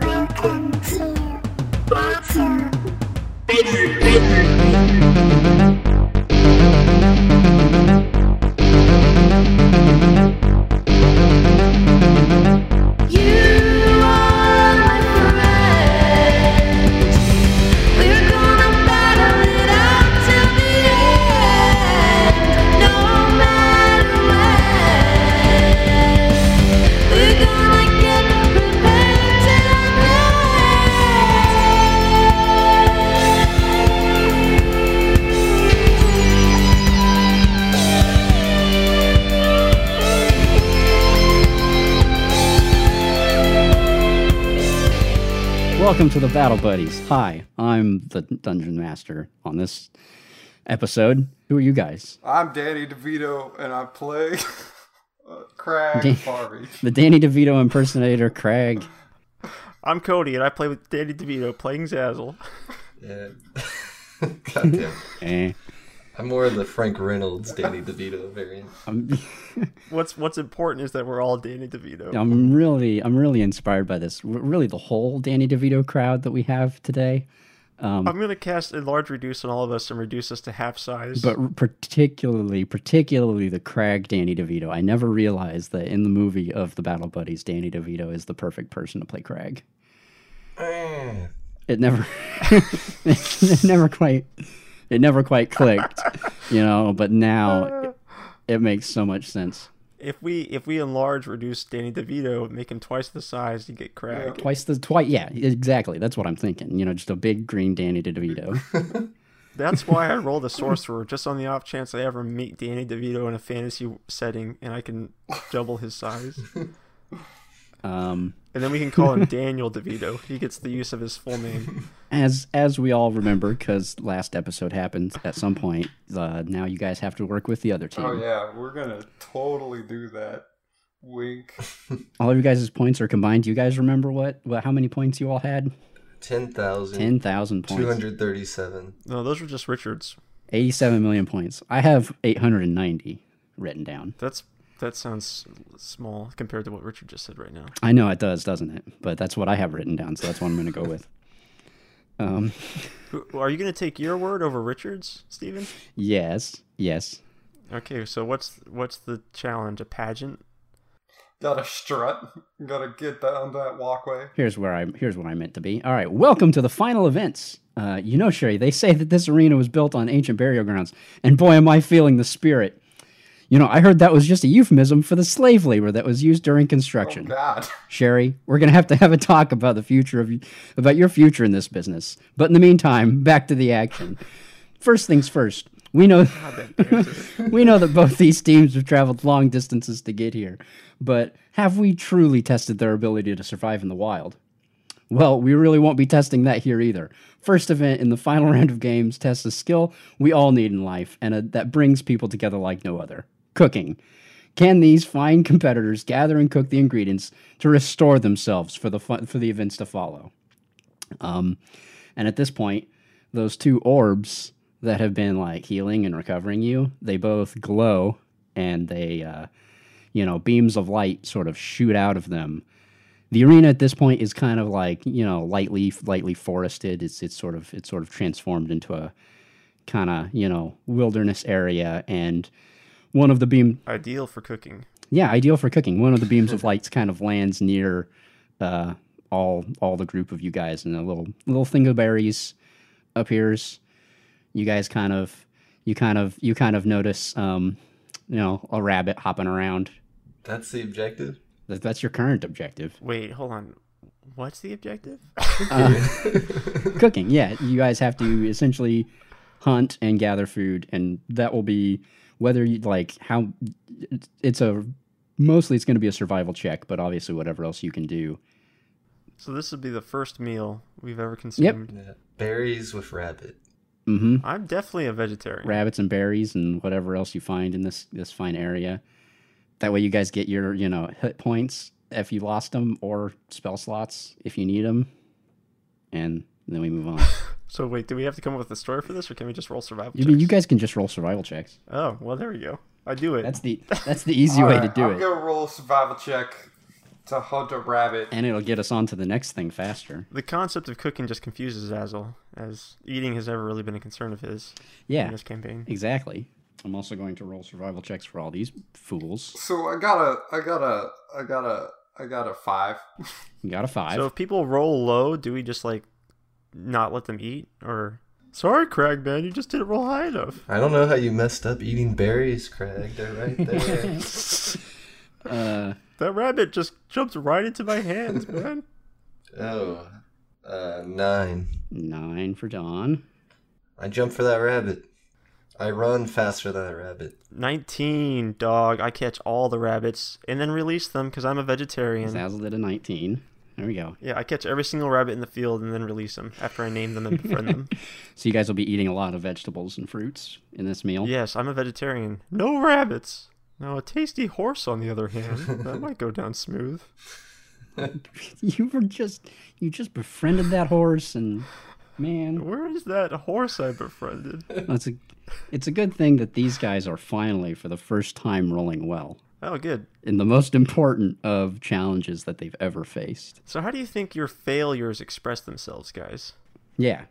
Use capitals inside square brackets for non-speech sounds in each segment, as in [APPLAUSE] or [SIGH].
Welcome to Bachelor Basement. You are my friend. We're gonna battle it out till the end, no matter when. We're gonna get prepared till Welcome to the Battle Buddies. Hi, I'm the Dungeon Master on this episode. Who are you guys? I'm Danny DeVito, and I play [LAUGHS] uh, Crag [LAUGHS] Harvey. The Danny DeVito impersonator, Craig. I'm Cody, and I play with Danny DeVito playing Zazzle. [LAUGHS] Yeah. God damn. Eh. I'm more of the Frank Reynolds, Danny DeVito variant. I'm, What's What's important is that we're all Danny DeVito. I'm really, I'm really inspired by this. R- Really, the whole Danny DeVito crowd that we have today, I'm gonna cast a large reduce on all of us and reduce us to half size. but r- particularly, particularly the Craig Danny DeVito. I never realized that in the movie of the Battle Buddies, Danny DeVito is the perfect person to play Craig. it never [LAUGHS] it never quite it never quite clicked you know but now it, it makes so much sense if we if we enlarge, reduce Danny DeVito, make him twice the size, you get Craig. twice the twice yeah exactly that's what i'm thinking you know just a big green danny [LAUGHS] devito That's why I roll the sorcerer, just on the off chance I ever meet Danny DeVito in a fantasy setting, and I can double his size. um And then we can call him Daniel DeVito. He gets the use of his full name. as as we all remember because last episode happened at some point uh, now you guys have to work with the other team Oh yeah, we're gonna totally do that. Wink. all of you guys' points are combined do you guys remember what, what how many points you all had 10,237. 10000 points No, those were just Richards. 87 million points i have 890 written down That's that sounds small compared to what Richard just said right now. I know it does, doesn't it? But that's what I have written down, so that's what I'm going to go with. Um, Who- Are you going to take your word over Richard's, Steven? yes, yes. Okay, so what's what's the challenge? A pageant? Gotta strut. Gotta get down that walkway. Here's where I here's where I meant to be. All right, welcome to the final events. Uh, you know, Sherry, they say that this arena was built on ancient burial grounds, and boy, am I feeling the spirit. You know, I heard that was just a euphemism for the slave labor that was used during construction. Oh, God. Sherry, we're going to have to have a talk about the future of about your future in this business. But in the meantime, back to the action. First things first. We know [LAUGHS] we know that both these teams have traveled long distances to get here, but have we truly tested their ability to survive in the wild? Well, we really won't be testing that here either. First event in the final [LAUGHS] round of games tests a skill we all need in life, and uh that brings people together like no other cooking. Can these fine competitors gather and cook the ingredients to restore themselves for the, fu- for the events to follow? Um, and at this point, those two orbs that have been like healing and recovering you, they both glow and they, uh, you know, beams of light sort of shoot out of them. The arena at this point is kind of like you know lightly lightly forested. It's it's sort of it's sort of transformed into a kind of you know wilderness area, and one of the beam Ideal for cooking. yeah, ideal for cooking. One of the beams of lights kind of lands near uh, all all the group of you guys, and a little little thingleberries appears. You guys kind of you kind of you kind of notice um, you know a rabbit hopping around. That's the objective? That- That's your current objective. Wait, hold on. What's the objective? Uh, Cooking, yeah. You guys have to essentially hunt and gather food, and that will be whether you like how it's- it's a mostly it's going to be a survival check, but obviously whatever else you can do. so this would be the first meal we've ever consumed. Yeah. Berries with rabbit. Mm-hmm. I'm definitely a vegetarian. rabbits and berries and whatever else you find in this this fine area. That way, you guys get your you know hit points if you lost them, or spell slots if you need them, and then we move on. So wait, do we have to come up with a story for this, or can we just roll survival? you mean you checks? guys can just roll survival checks? Oh well, there we go. I do it. That's the that's the easy way to Alright, do I'm it. gonna roll a survival check to hunt a rabbit. and it'll get us on to the next thing faster. The concept of cooking just confuses Azel, as eating has never really been a concern of his in Yeah, this campaign. exactly. I'm also going to roll survival checks for all these fools. So I got a, I got a, I got a, I got a five. You got a five. So if people roll low, do we just like not let them eat? Or sorry, Craig, man, you just didn't roll high enough. I don't know how you messed up eating berries, Craig. They're right there. uh, That rabbit just jumped right into my hands, man. oh, uh, nine. nine for Don. I jump for that rabbit. I run faster than a rabbit. 19, dog. I catch all the rabbits and then release them because I'm a vegetarian. Zazzle did a 19. There we go. Yeah, I catch every single rabbit in the field and then release them after I name them and befriend them. So you guys will be eating a lot of vegetables and fruits in this meal. Yes, I'm a vegetarian. No rabbits. Now, a tasty horse, on the other hand, that might go down smooth. [LAUGHS] You were just you just befriended that horse and man, Where is that horse I befriended? it's a it's a good thing that these guys are finally for the first time rolling well Oh, good. in the most important of challenges that they've ever faced. So, how do you think your failures express themselves, guys? Yeah.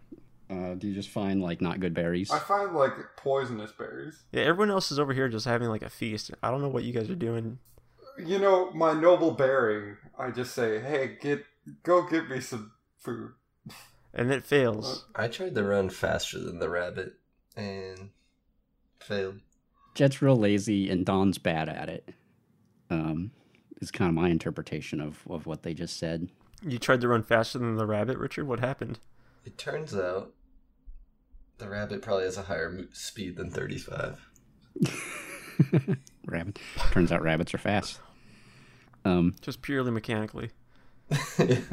Uh, do you just find like not good berries? I find like poisonous berries. Yeah, everyone else is over here just having like a feast. I don't know what you guys are doing. You know, my noble bearing. I just say, hey, get, go get me some food. And it fails. I tried to run faster than the rabbit and failed. Jet's real lazy and Don's bad at it. Um, is kind of my interpretation of, of what they just said. You tried to run faster than the rabbit, Richard? What happened? It turns out the rabbit probably has a higher mo- speed than 35. [LAUGHS] Rabbit. Turns out rabbits are fast. Um, Just purely mechanically. you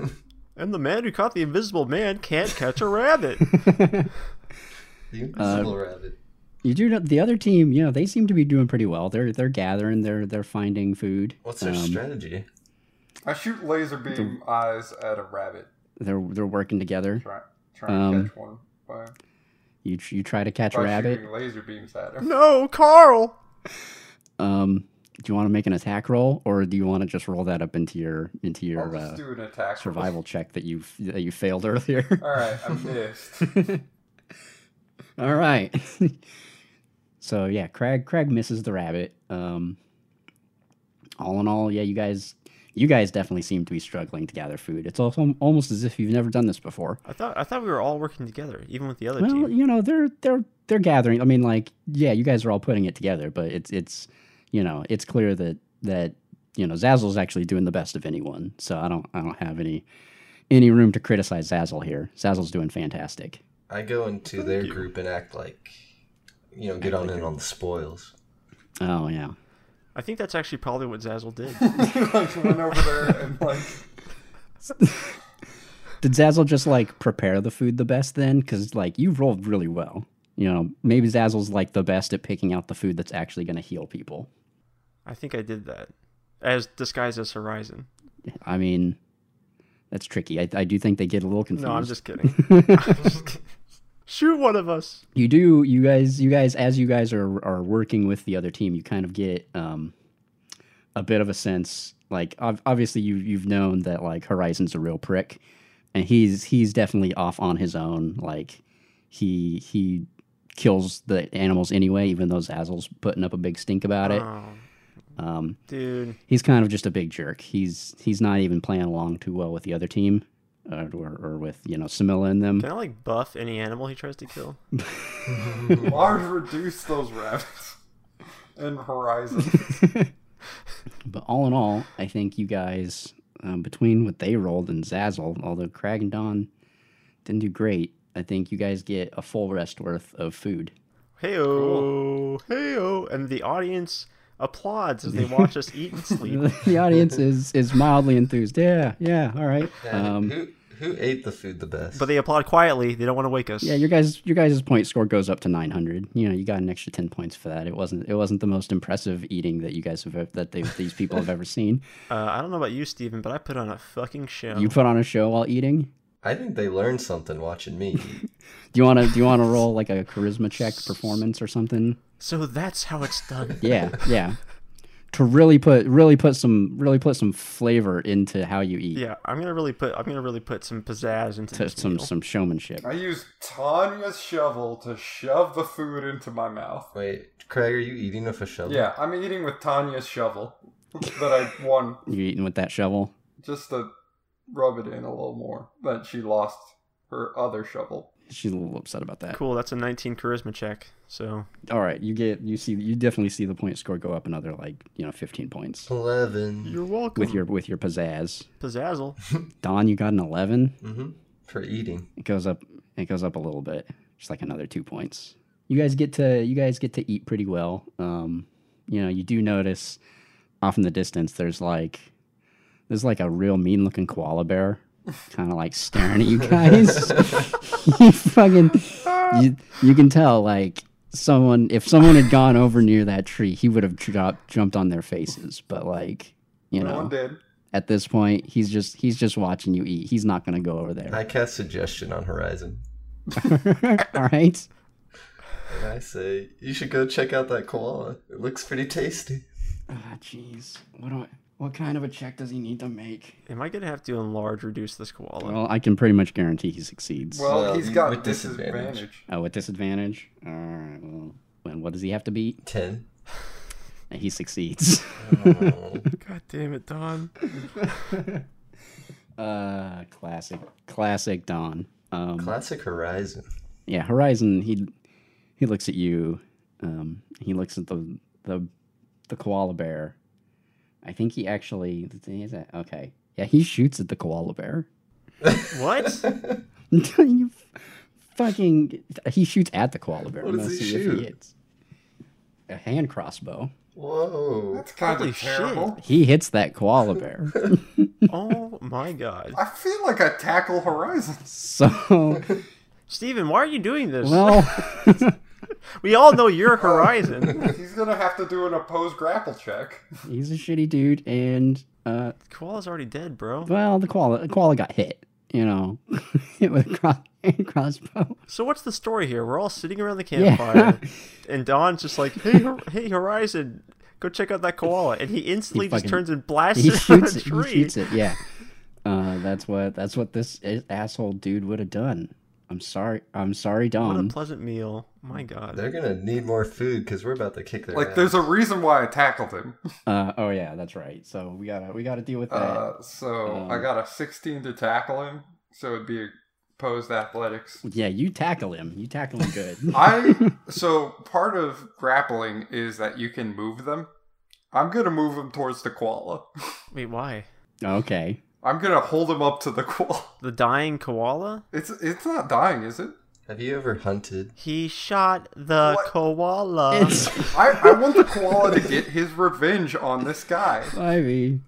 And the man who caught the invisible man can't catch [LAUGHS] a rabbit. invisible rabbit. you do know the other team. You know they seem to be doing pretty well. They're they're gathering. They're they're finding food. Um, What's their strategy? I shoot laser beam eyes at a rabbit. They're they're working together. Try, try and Um, catch one by, You tr- you try to catch a by rabbit. shooting laser beams at him. no, Carl! Um, do you want to make an attack roll, or do you want to just roll that up into your into I'll your just uh, do an attack. survival check that you that you failed [LAUGHS] earlier? All right, [LAUGHS] I missed. [LAUGHS] All right. [LAUGHS] so yeah, Craig Craig misses the rabbit. Um, all in all, yeah, you guys you guys definitely seem to be struggling to gather food. It's also almost as if you've never done this before. I thought I thought we were all working together, even with the other Well, team. you know, they're they're they're gathering. I mean, like, yeah, you guys are all putting it together, but it's it's you know, it's clear that that you know Zazzle's actually doing the best of anyone. So I don't I don't have any any room to criticize Zazzle here. Zazzle's doing fantastic. I go into their group and act like, you know, get on in on the spoils. Oh yeah. I think that's actually probably what Zazzle did. [LAUGHS] like went over there and like Did Zazzle just like prepare the food the best then? Because like you rolled really well. You know, maybe Zazzle's like the best at picking out the food that's actually going to heal people. I think I did that. As disguised as Horizon. I mean, that's tricky. I, I do think they get a little confused. No, I'm just kidding. [LAUGHS] I'm [LAUGHS] just kidding. Shoot one of us. you do. You guys, you guys, as you guys are are working with the other team, you kind of get um, a bit of a sense. Like ob- obviously, you you've known that like Horizon's a real prick, and he's he's definitely off on his own. Like he he kills the animals anyway, even though Zazzle's putting up a big stink about it. Oh, Um, dude. he's kind of just a big jerk. He's he's not even playing along too well with the other team, uh, or or with you know Samila and them. Can I like buff any animal he tries to kill? large reduce those rabbits and horizon. But all in all, I think you guys, um, between what they rolled and Zazzle, although Crag and Don didn't do great, I think you guys get a full rest worth of food. Hey oh, hey oh, and the audience applauds as [LAUGHS] they watch us eat and sleep. [LAUGHS] the audience is is mildly enthused. Yeah, yeah, all right. Yeah, Um, who who ate the food the best? But they applaud quietly. They don't want to wake us. yeah, your guys your guys' point score goes up to 900. You know, you got an extra 10 points for that. It wasn't it wasn't the most impressive eating that you guys have that they these people have ever seen. Uh, I don't know about you, Steven, but I put on a fucking show. You put on a show while eating. I think they learned something watching me. Do you want to do you want to roll like a charisma check performance or something? [LAUGHS] [LAUGHS] So that's how it's done. Yeah, yeah. to really put really put some really put some flavor into how you eat. Yeah, I'm gonna really put I'm gonna really put some pizzazz into To this some meal. some showmanship. I used Tanya's shovel to shove the food into my mouth. Wait, Craig, are you eating with a shovel? Yeah, I'm eating with Tanya's shovel that I won You eating with that shovel? just to rub it in a little more. That she lost her other shovel. She's a little upset about that. Cool, that's a 19 charisma check. So All right, you get you see you definitely see the point score go up another like you know 15 points Eleven. you're welcome. with your with your pizzazz. pizzazzle. Don, you got an 11. Mm-hmm. For eating. It goes up. It goes up a little bit, just like another two points. You guys get to you guys get to eat pretty well. Um, you know, you do notice off in the distance there's like there's like a real mean looking koala [LAUGHS] bear, kind of like staring at you guys. [LAUGHS] you fucking you, you can tell like someone if someone had gone over near that tree, he would have dropped jumped on their faces. But like you No one know, did. at this point, he's just he's just watching you eat. He's not gonna go over there. I cast suggestion on Horizon. [LAUGHS] All right. And I say, you should go check out that koala. It looks pretty tasty. Ah, jeez. What do I, what kind of a check does he need to make? Am I gonna have to enlarge reduce this koala? Well, I can pretty much guarantee he succeeds. Well, Well, he's you- got with disadvantage. disadvantage. oh, with disadvantage. All right. Well, when what does he have to beat? Ten. And he succeeds. Oh, God damn [LAUGHS] it, Don. uh, classic, classic Don. Um, classic Horizon. yeah, Horizon. He he looks at you. Um, he looks at the the the koala bear. I think he actually is that okay. Yeah, he shoots at the koala bear. What? [LAUGHS] you f- fucking. He shoots at the koala bear. What I'm does gonna he see if shoot? hits. A hand crossbow. Whoa. That's kind Holy of terrible. He hits that koala bear. Oh my god. I feel like I tackle horizons. [LAUGHS] so, Steven, why are you doing this? well, we all know your horizon. He's gonna have to do an opposed grapple check. he's a shitty dude, and uh, Koala's already dead, bro. well, the koala, the koala got hit. You know, [LAUGHS] hit with a cro- hand crossbow. So what's the story here? We're all sitting around the [LAUGHS] campfire, [LAUGHS] and Don's just like, "Hey, Hor- hey, Horizon, go check out that koala," and he instantly just fucking- turns and blasts He it from shoots the it. He tree. shoots it. Yeah. Uh, that's what that's what this i- asshole dude would have done. I'm sorry. I'm sorry, What a Dom. pleasant meal! My God. They're gonna need more food because we're about to kick their Like, ass. there's a reason why I tackled him. Uh, oh yeah, that's right. So we gotta we gotta deal with that. Uh, so I Um, got a 16 to tackle him, so it'd be opposed athletics. [LAUGHS] Yeah, you tackle him. You tackle him [LAUGHS] good. I so part of grappling is that you can move them. I'm gonna move him towards the koala. Wait, why? okay. I'm gonna hold him up to the [LAUGHS] koala. The dying koala? It's it's not dying, is it? Have you ever hunted? He shot the What? koala. It's I, I want the koala to get his revenge on this guy. I mean,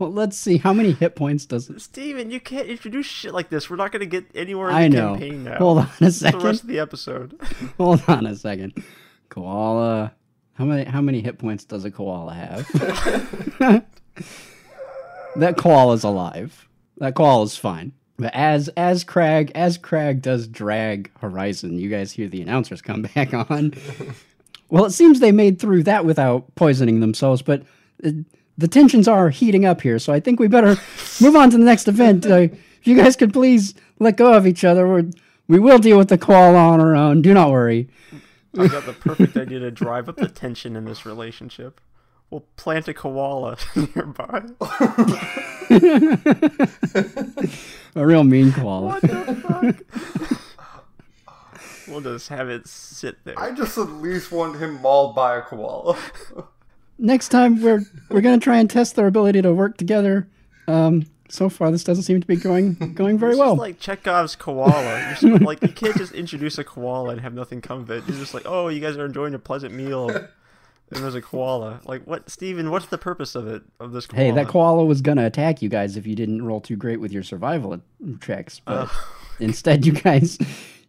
well, let's see how many hit points does it. [LAUGHS] Steven, you can't introduce shit like this. We're not going to get anywhere in the I know. campaign now. Hold on a It's the rest second. of the episode. Hold on a second. Koala. How many how many hit points does a koala have? [LAUGHS] that koala's alive. That koala's fine. But as as Crag as Crag does drag Horizon, you guys hear the announcers come [LAUGHS] back on. Well, it seems they made through that without poisoning themselves, but uh, the tensions are heating up here, so I think we better [LAUGHS] move on to the next event. Uh, if you guys could please let go of each other, we're, we will deal with the koala on our own. Do not worry. I got the perfect idea to drive up the tension in this relationship. We'll plant a koala [LAUGHS] nearby. A real mean koala. We'll just have it sit there. I just at least want him mauled by a [LAUGHS] koala. Next time we're we're gonna try and test their ability to work together. Um, so far, this doesn't seem to be going going very well. It's like Chekhov's koala. You're just, like you can't just introduce a koala and have nothing come of it. You're just like, oh, you guys are enjoying a pleasant meal, and there's a koala. Like, what, Steven, What's the purpose of it? Of this koala? hey, that koala was gonna attack you guys if you didn't roll too great with your survival checks, but instead, you guys.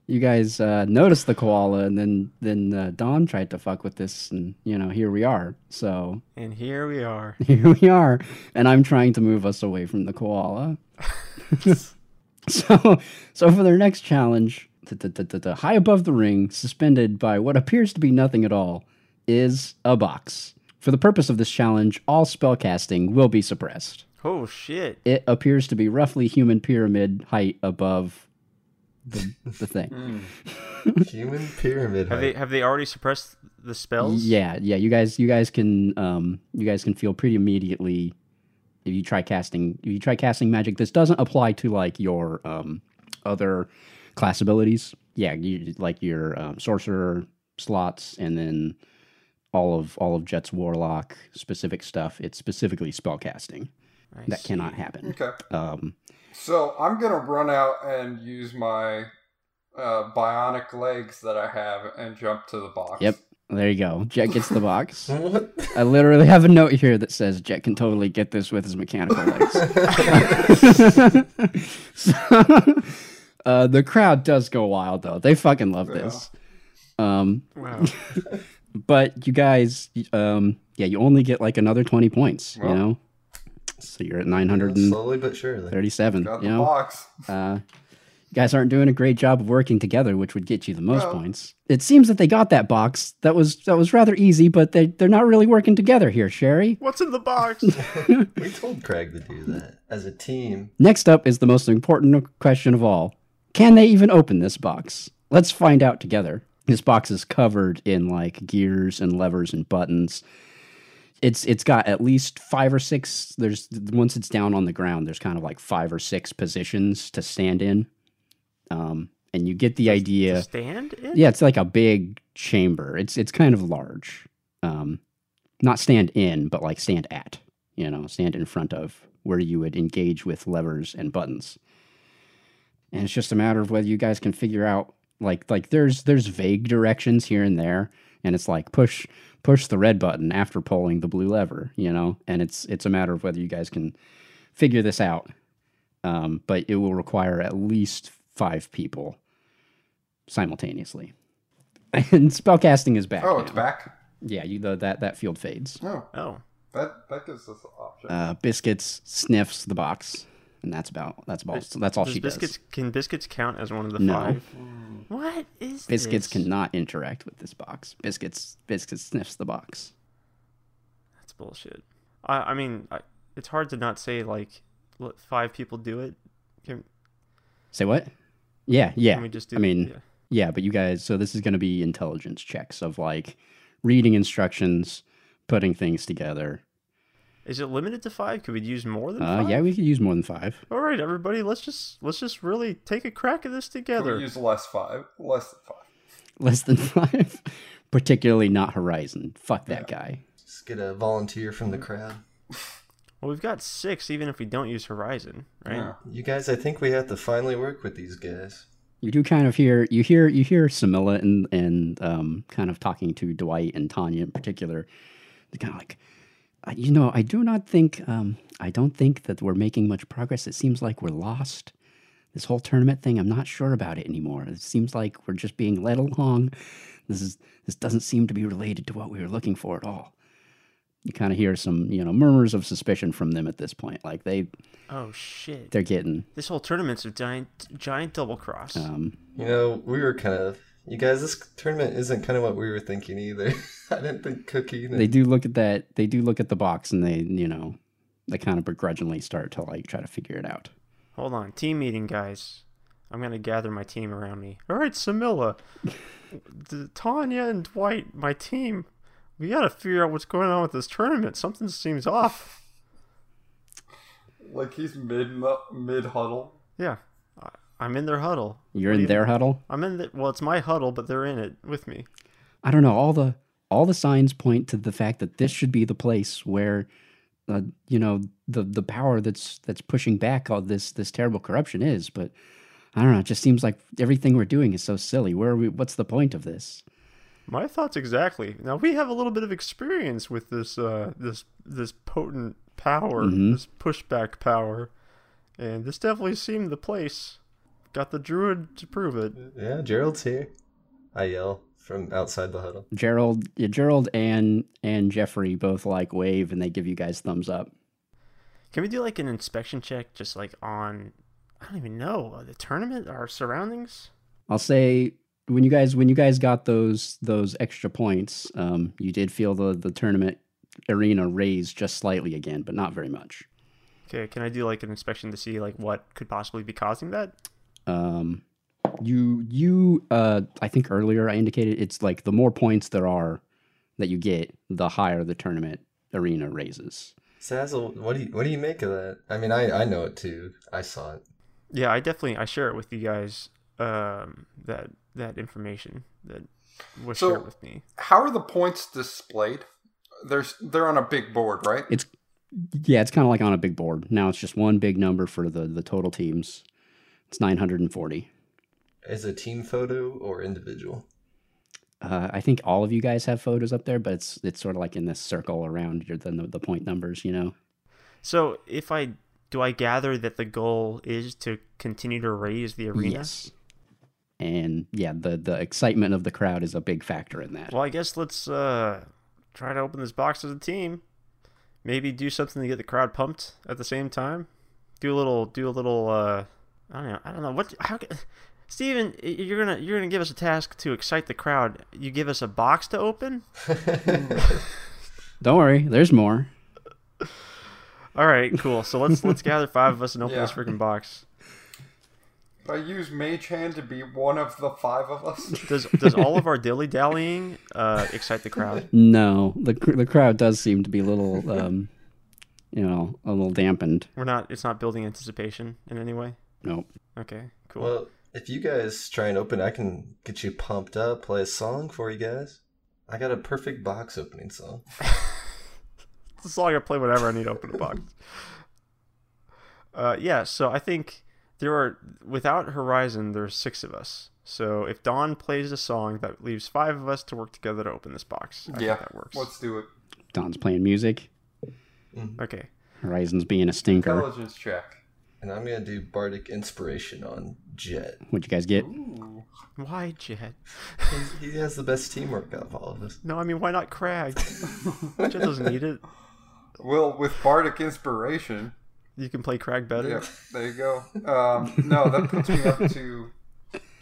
You guys uh, noticed the koala, and then then uh, Don tried to fuck with this, and you know here we are. So [LAUGHS] And here we are. here we are, and I'm trying to move us away from the koala. [LAUGHS] So, so for their next challenge, t- t- t- t- t- high above the ring, suspended by what appears to be nothing at all, is a box For the purpose of this challenge, all spellcasting will be suppressed. Oh shit! It appears to be roughly human pyramid height above the, the [LAUGHS] thing. Human pyramid. Have they height. have they already suppressed the spells? yeah, yeah. You guys, you guys can, um, you guys can feel pretty immediately if you try casting. If you try casting magic, this doesn't apply to like your um, other class abilities. Yeah, you, like your um, sorcerer slots, and then all of all of Jet's warlock specific stuff. It's specifically spellcasting I that see. cannot happen. Okay. Um, So I'm gonna run out and use my uh, bionic legs that I have and jump to the box. Yep. there you go. Jet gets the box. [LAUGHS] What? I literally have a note here that says Jet can totally get this with his mechanical [LAUGHS] legs. [LAUGHS] so, uh, the crowd does go wild though. They fucking love this. Um, Wow. but you guys, um, yeah, you only get like another twenty points. Well. you know, so you're at nine hundred and Slowly but surely. thirty-seven. Got the You know, box. uh, you guys aren't doing a great job of working together, which would get you the most Well. points. It seems that they got that box. That was that was rather easy, but they they're not really working together here, Sherry. What's in the box? We told Craig to do that as a team. Next up is the most important question of all Can they even open this box? Let's find out together. This box is covered in like gears and levers and buttons. It's it's got at least five or six. There's once it's down on the ground, there's kind of like five or six positions to stand in, um, and you get the idea Stand in? [LAUGHS] yeah, it's like a big chamber. It's it's kind of large. Um, not stand in, but like stand at. You know, stand in front of where you would engage with levers and buttons. And it's just a matter of whether you guys can figure out like like there's there's vague directions here and there, and it's like push push the red button after pulling the blue lever. You know, and it's it's a matter of whether you guys can figure this out. Um, but it will require at least five people simultaneously. [LAUGHS] And spellcasting is back. Oh, now. it's back. Yeah, you the, that that field fades. Oh, Oh. that that gives us an option. Uh, Biscuits sniffs the box, and that's about that's about that's all Does she biscuits does. can biscuits count as one of the No. five? Hmm. What is Biscuits this? cannot interact with this box. Biscuits biscuits sniffs the box. That's bullshit. I I mean, I, it's hard to not say like let five people do it. Can, Say what? Yeah, yeah. can we just do? I mean, yeah. Yeah, but you guys, so this is going to be intelligence checks of like reading instructions, putting things together. is it limited to five? Could we use more than? Uh, five? yeah, we could use more than five. [LAUGHS] All right, everybody, let's just let's just really take a crack at this Can we together. use less five, less than five. Less than five. Particularly not Horizon. Fuck that guy. Just get a volunteer from the crowd. Well, we've got six, even if we don't use Horizon, right? Yeah. You guys, I think we have to finally work with these guys. You do kind of hear you hear you hear Samilla and and um, kind of talking to Dwight and Tanya in particular. They're kind of like, "Uh, you know, I do not think um, I don't think that we're making much progress. It seems like we're lost. This whole tournament thing, I'm not sure about it anymore. It seems like we're just being led along. This is this doesn't seem to be related to what we were looking for at all. You kind of hear some you know murmurs of suspicion from them at this point. Like they Oh shit! they're getting This whole tournament's a giant giant double cross. um, You know, we were kind of. You guys, this tournament isn't kind of what we were thinking either. [LAUGHS] I didn't think Cookie. they do look at that they do look at the box and they you know they kind of begrudgingly start to like try to figure it out Hold on, team meeting, guys. I'm gonna gather my team around me. All [LAUGHS] right, Samilla, D- Tanya, and Dwight, my team. We gotta figure out what's going on with this tournament. Something seems off. Like he's mid mid huddle. Yeah, I, I'm in their huddle. you're What do in you- their huddle I'm in the. Well, it's my huddle, but they're in it with me. i don't know all the all the signs point to the fact that this should be the place where uh, you know the the power that's that's pushing back all this this terrible corruption is but i don't know it just seems like everything we're doing is so silly where are we what's the point of this My thoughts exactly. Now we have a little bit of experience with this uh this this potent power, Mhm. this pushback power. And this definitely seemed the place. Got the druid to prove it. Yeah, Gerald's here. I yell from outside the huddle. gerald yeah, gerald and and jeffrey both like wave and they give you guys thumbs up Can we do like an inspection check just like on I don't even know, uh, the tournament, our surroundings? I'll say when you guys when you guys got those those extra points, um, you did feel the the tournament arena raised just slightly again, but not very much. Okay, can I do like an inspection to see like what could possibly be causing that? Um, you you uh, I think earlier I indicated it's like the more points there are that you get, the higher the tournament arena raises. Sazzle, what do you what do you make of that? I mean, I I know it too. I saw it. Yeah, I definitely I share it with you guys. Um, that that information that was So- shared with me. How are the points displayed? There's they're on a big board, right? It's yeah, it's kind of like on a big board. Now it's just one big number for the the total teams. It's 940. Is a team photo or individual? Uh, I think all of you guys have photos up there, but it's it's sort of like in this circle around your the, the point numbers, you know. So if I do I gather that the goal is to continue to raise the arena? Yes. And yeah, the the excitement of the crowd is a big factor in that. Well, I guess let's uh try to open this box as a team. Maybe do something to get the crowd pumped at the same time. Do a little do a little uh I don't know. I don't know what how ca- Steven, y- you're going to you're going to give us a task to excite the crowd. You give us a box to open? Don't worry, there's more. All right, cool. So let's let's gather five of us and open this Yeah. freaking box. I use Mage Hand to be one of the five of [LAUGHS] us. Does does all of our dilly-dallying uh excite the crowd? No, the cr- the crowd does seem to be a little, um, you know, a little dampened. We're not it's not building anticipation in any way. Nope. Okay, cool. well, if you guys try and open, I can get you pumped up. Play a song for you guys. I got a perfect box opening song. As long as I play whatever I need to open a box. Uh, yeah, so I think there are without Horizon, there's six of us. So if Dawn plays a song, that leaves five of us to work together to open this box. I yeah, think that works. Let's do it. Don's playing music. Okay. Horizon's being a stinker. Intelligence check. And I'm gonna do bardic inspiration on Jet. What'd you guys get? Ooh. Why Jed? He's, he has the best teamwork out of all of us. No, I mean why not Crag? Jed doesn't need it. Well, with bardic inspiration, You can play Crag better. Yep, there you go. Um, no, that puts me up to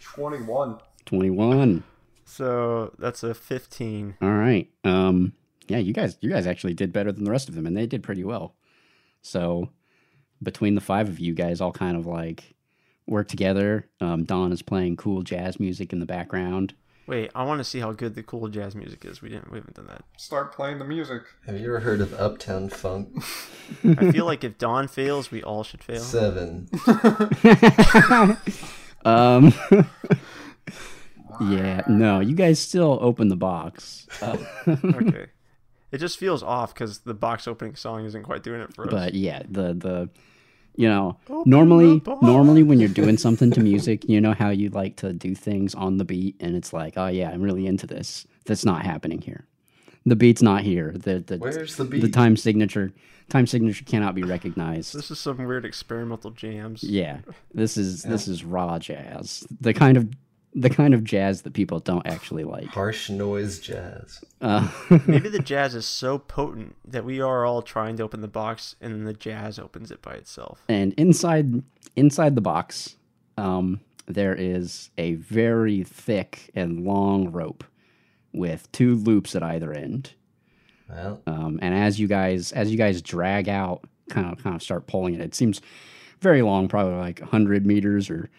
21. Twenty-one. So that's a fifteen. All right. Um, yeah, you guys, you guys actually did better than the rest of them, and they did pretty well. So, between the five of you guys, all kind of like work together. Um, Don is playing cool jazz music in the background. Wait, I want to see how good the cool jazz music is. We didn't. We haven't done that. Start playing the music. Have you ever heard of Uptown Funk? I feel like if Dawn fails, we all should fail. Seven. Um, [LAUGHS] yeah, no, you guys still open the box, uh, okay. It just feels off because the box opening song isn't quite doing it for us. but yeah, the the you know normally the box. normally when you're doing something [LAUGHS] to music, you know how you like to do things on the beat, and it's like, oh yeah, I'm really into this. That's not happening here. The beat's not here. The the Where's the beat? the time signature time signature cannot be recognized. this is some weird experimental jams. Yeah, this is this is raw jazz. The kind of the kind of jazz that people don't actually like. Harsh noise jazz. Uh, [LAUGHS] Maybe the jazz is so potent that we are all trying to open the box and then the jazz opens it by itself. and inside inside the box um, there is a very thick and long rope with two loops at either end Well, um, and as you guys as you guys drag out kind of kind of start pulling it it seems very long probably like 100 meters or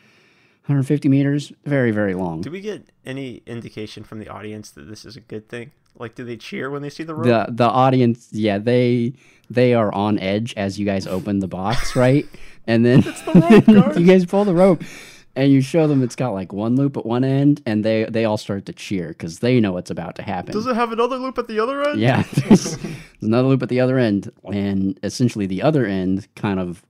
150 meters very very long Do we get any indication from the audience that this is a good thing? Like, do they cheer when they see the rope? the the audience yeah they they are on edge as you guys open the box right and then [LAUGHS] you guys pull the rope and you show them it's got like one loop at one end and they they all start to cheer because they know what's about to happen Does it have another loop at the other end? [LAUGHS] yeah there's, there's another loop at the other end and essentially the other end kind of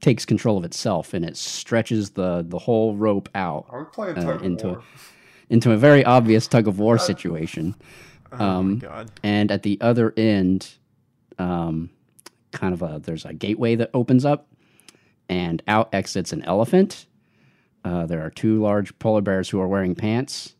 takes control of itself and it stretches the the whole rope out Are we playing Uh, tug of into war? into a very obvious tug of Uh, war situation Oh um, my god. and at the other end um, kind of a there's a gateway that opens up and out exits an elephant uh, there are two large polar bears who are wearing pants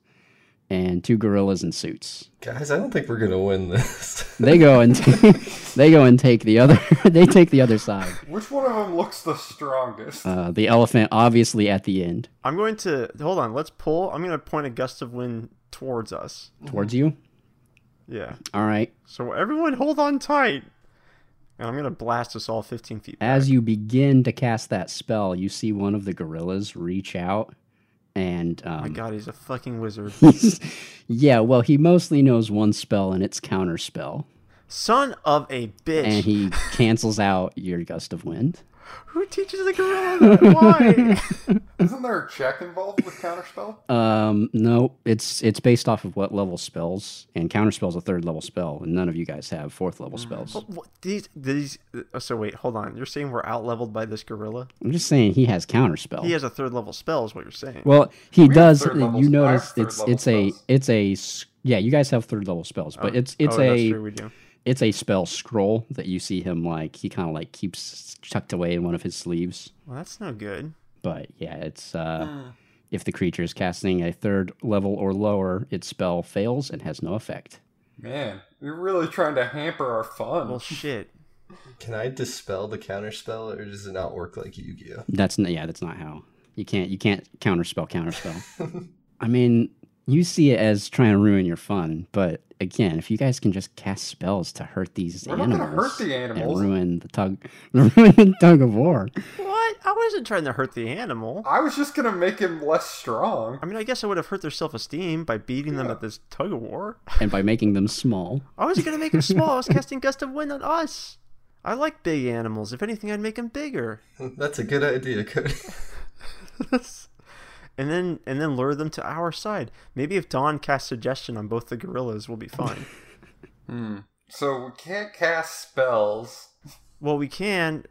and two gorillas in suits guys, I don't think we're gonna win this. [LAUGHS] they go and [LAUGHS] they go and take the other [LAUGHS] they take the other side Which one of them looks the strongest? uh, the elephant obviously at the end I'm going to hold on. Let's pull. I'm going to point a gust of wind towards us. towards you Yeah. All right. So everyone hold on tight. And I'm going to blast us all 15 feet back. As you begin to cast that spell, you see one of the gorillas reach out and um, My god, he's a [LAUGHS] fucking wizard. yeah, well, he mostly knows one spell and it's counter spell, Son of a bitch. and [LAUGHS] he cancels out your gust of wind. Who teaches a gorilla that? [LAUGHS] Why? Isn't there a check involved with counterspell? Um, no, it's it's based off of what level spells, and counter spell's a third level spell, and none of you guys have fourth Mm. level spells. But what, these, these. uh, So wait, hold on. You're saying we're out leveled by this gorilla? I'm just saying he has counter spell. He has a third level spell, is what you're saying. Oh. Well, he have does. uh, third level- I You have notice third it's level it's a spells. it's a s- yeah. You guys have third level spells, but it's it's oh, that's a true, we do. it's a spell scroll that you see him like he kind of like keeps tucked away in one of his sleeves. Well, that's no good. But yeah, it's uh, if the creature is casting a third level or lower, its spell fails and has no effect. Man, you're really trying to hamper our Oh. fun. Well, shit. Can I dispel the counterspell, or does it not work like Yu-Gi-Oh? [LAUGHS] That's not, yeah, that's not how you can't you can't counterspell counterspell. [LAUGHS] I mean, you see it as trying to ruin your fun, but again, if you guys can just cast spells to hurt these We're not animals, gonna hurt the animals. and ruin the tug, [LAUGHS] ruin the tug of war. What? I wasn't trying to hurt the animal. I was just gonna make him less strong. I mean, I guess I would have hurt their self esteem by beating them at this tug of war. and by making them small. I was gonna make [LAUGHS] them small. I was casting gust of wind on us. I like big animals. If anything, I'd make them bigger. That's a good idea, Cody. [LAUGHS] and then and then lure them to our side. Maybe if Dawn casts suggestion on both the gorillas, we'll be fine. Hmm. So we can't cast spells. well, we can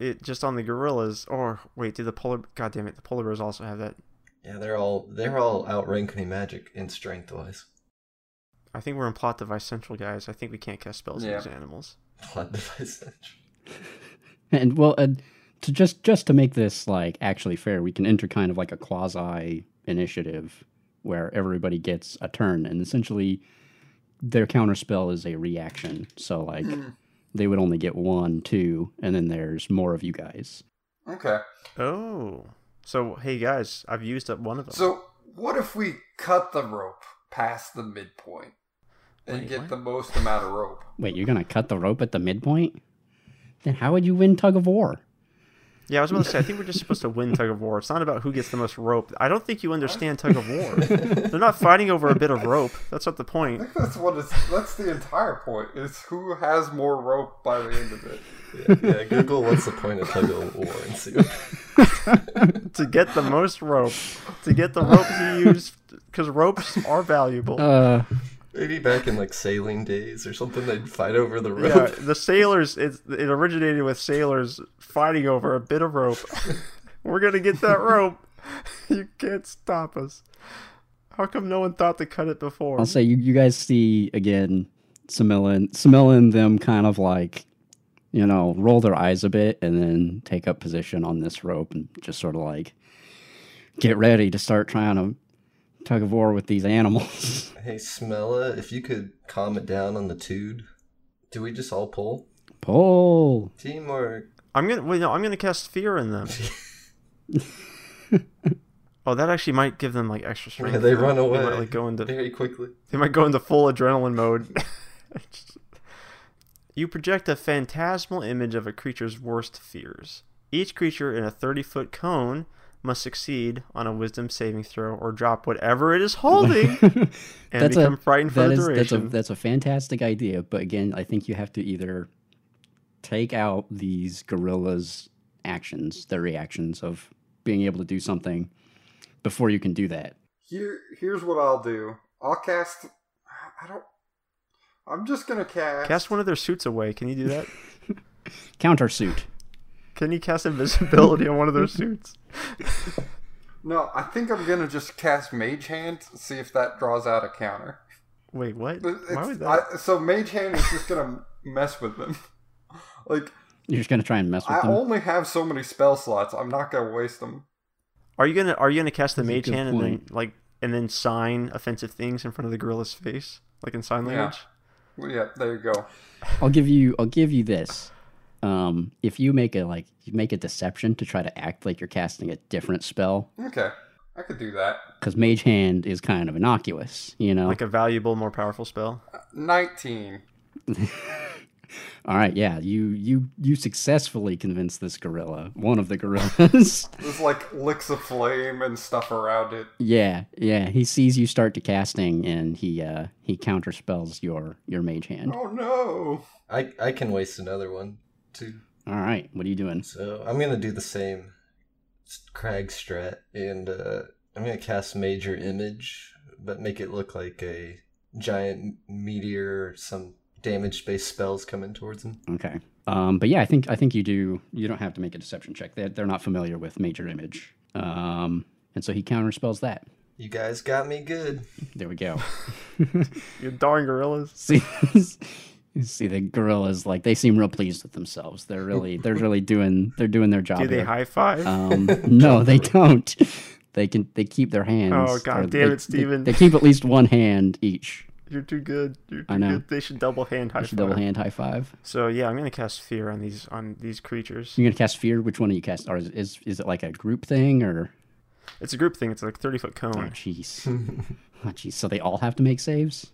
it just on the gorillas. Or wait, do the polar? God damn it, the polar bears also have that. Yeah, they're all they're all outranking magic in strength [LAUGHS] wise. I think we're in plot device central, guys. I think we can't cast spells on Yeah. these animals. Plot device central. And well, uh, to just just to make this like actually fair, we can enter kind of like a quasi initiative where everybody gets a turn, and essentially their counter spell is a reaction. So like they would only get one, two, and then there's more of you guys. Okay. Oh, so hey guys, I've used up one of them. So what if we cut the rope past the midpoint and Wait, get what? the most amount of rope? Wait, you're gonna cut the rope at the midpoint? Then how would you win tug of war? yeah, I was about to say. I think we're just supposed to win tug of war. It's not about who gets the most rope. I don't think you understand tug [LAUGHS] of war. They're not fighting over a bit of rope. That's not the I point. think that's what it's. That's the entire point. Is who has more rope by the end of it. [LAUGHS] Yeah, Google what's the point of tug of war and see. What... to get the most rope, to get the rope to use, because ropes are valuable. Uh, [LAUGHS] Maybe back in like sailing days or something, they'd fight over the rope. [LAUGHS] yeah, the sailors. It's, it originated with sailors fighting over a bit of rope. [LAUGHS] We're gonna get that rope. [LAUGHS] You can't stop us. How come no one thought to cut it before? I'll say you, you guys see again Samila and Samila and them kind of like you know roll their eyes a bit and then take up position on this rope and just sort of like get ready to start trying to tug of war with these animals. [LAUGHS] Hey, Smella, if you could calm it down on the tude, do we just all pull? Pull. Teamwork. I'm gonna. Wait, no, I'm gonna cast fear [LAUGHS] in them. oh, that actually might give them like extra strength. Yeah, [LAUGHS] they run away They might, like, go into, very quickly. They might go into full adrenaline mode. [LAUGHS] you project a phantasmal image of a creature's worst fears. Each creature in a 30 foot cone must succeed on a wisdom saving throw or drop whatever it [LAUGHS] is holding and become frightened for that the is- that's a duration. that's a fantastic idea, but again, I think you have to either take out these gorillas' actions, their reactions of being able to do something before you can do that. Here, here's what I'll do. I'll cast. I don't. I'm just gonna cast. Cast one of their suits away. Can you do [LAUGHS] that? Countersuit. Can you cast invisibility on one of their suits? No, I think I'm gonna just cast Mage Hand. See if that draws out a counter. Wait, what? It's- Why would that? I, so Mage Hand is just gonna mess with them. [LAUGHS] Like You're just gonna try and mess with I them. only have so many spell slots. I'm not gonna waste them. Are you gonna Are you gonna cast the That's a mage good hand and then like and then sign offensive things in front of the gorilla's face, like in sign Yeah. language? Well, yeah, there you go. I'll give you. I'll give you this. Um, if you make a like, you make a deception to try to act like you're casting a different spell, Okay. I could do that. because Mage Hand is kind of innocuous, you know. Like a valuable, more powerful spell. 19. All right, yeah, you you you successfully convinced this gorilla, one of the gorillas. [LAUGHS] There's like licks of flame and stuff around it. yeah, yeah, he sees you start to casting, and he uh he counterspells your your Mage Hand. Oh no! I I can waste another one too. All right, what are you doing? So I'm gonna do the same s- Crag strat, and uh, I'm gonna cast Major Image, but make it look like a giant meteor or some damage-based spells coming towards him. Okay. Um, but yeah, I think I think you do. You don't have to make a deception check. They're, they're not familiar with major image, um, and so he counterspells that. You guys got me good. There we [LAUGHS] go. You darn gorillas. see, [LAUGHS] you see the gorillas like they seem real pleased with themselves. They're really they're really doing they're doing their job. Do they here. high five? [LAUGHS] Um, no, they don't. They can they keep their hands. Oh, or God they- damn it, they- Steven. They, keep at least one hand each. You're too good. You're too I know. good. They should double hand high Just a five. double hand high five. So yeah, I'm gonna cast fear on these on these creatures. You're gonna cast fear. Which one are you cast? Or is is, is it like a group thing or? It's a group thing. It's like 30 foot Oh cone. jeez. [LAUGHS] oh jeez. So they all have to make saves.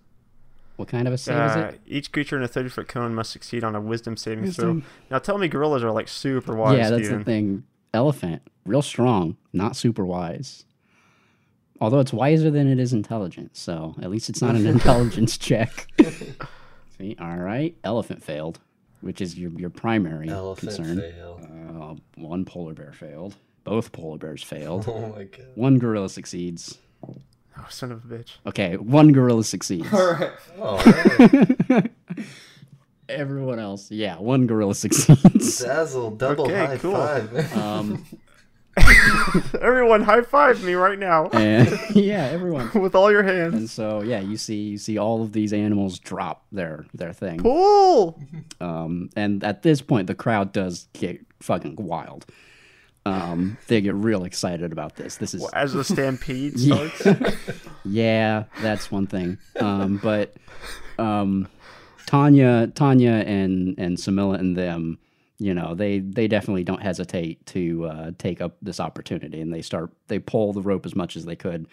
What kind of a save Uh, is it? each creature in a 30 foot cone must succeed on a wisdom saving throw. Wisdom. Now tell me, gorillas are like super wise, yeah, that's Steven. the thing. Elephant, real strong, not super wise. Although it's wiser than it is intelligent, so at least it's not [LAUGHS] an intelligence check. See, all right, elephant failed, which is your your primary Elephant concern. fail. Uh, one polar bear failed. Both polar bears failed. [LAUGHS] Oh my god. one gorilla succeeds. Oh, son of a bitch. Okay, one gorilla succeeds. Alright. Oh, [LAUGHS] Everyone else, yeah, one gorilla succeeds. [LAUGHS] dazzle double Okay, high cool. five. Um, [LAUGHS] Everyone, high five me right now and yeah, everyone. [LAUGHS] with all your hands. And so yeah, you see you see all of these animals drop their their thing. Pull. Um, and at this point, the crowd does get fucking wild. Um, they get real excited about this. This is Well, As [LAUGHS] the stampede starts. yeah, that's one thing. Um, but um, Tanya, Tanya, and and Samila and them, you know, they they definitely don't hesitate to uh, take up this opportunity, and they start they pull the rope as much as they could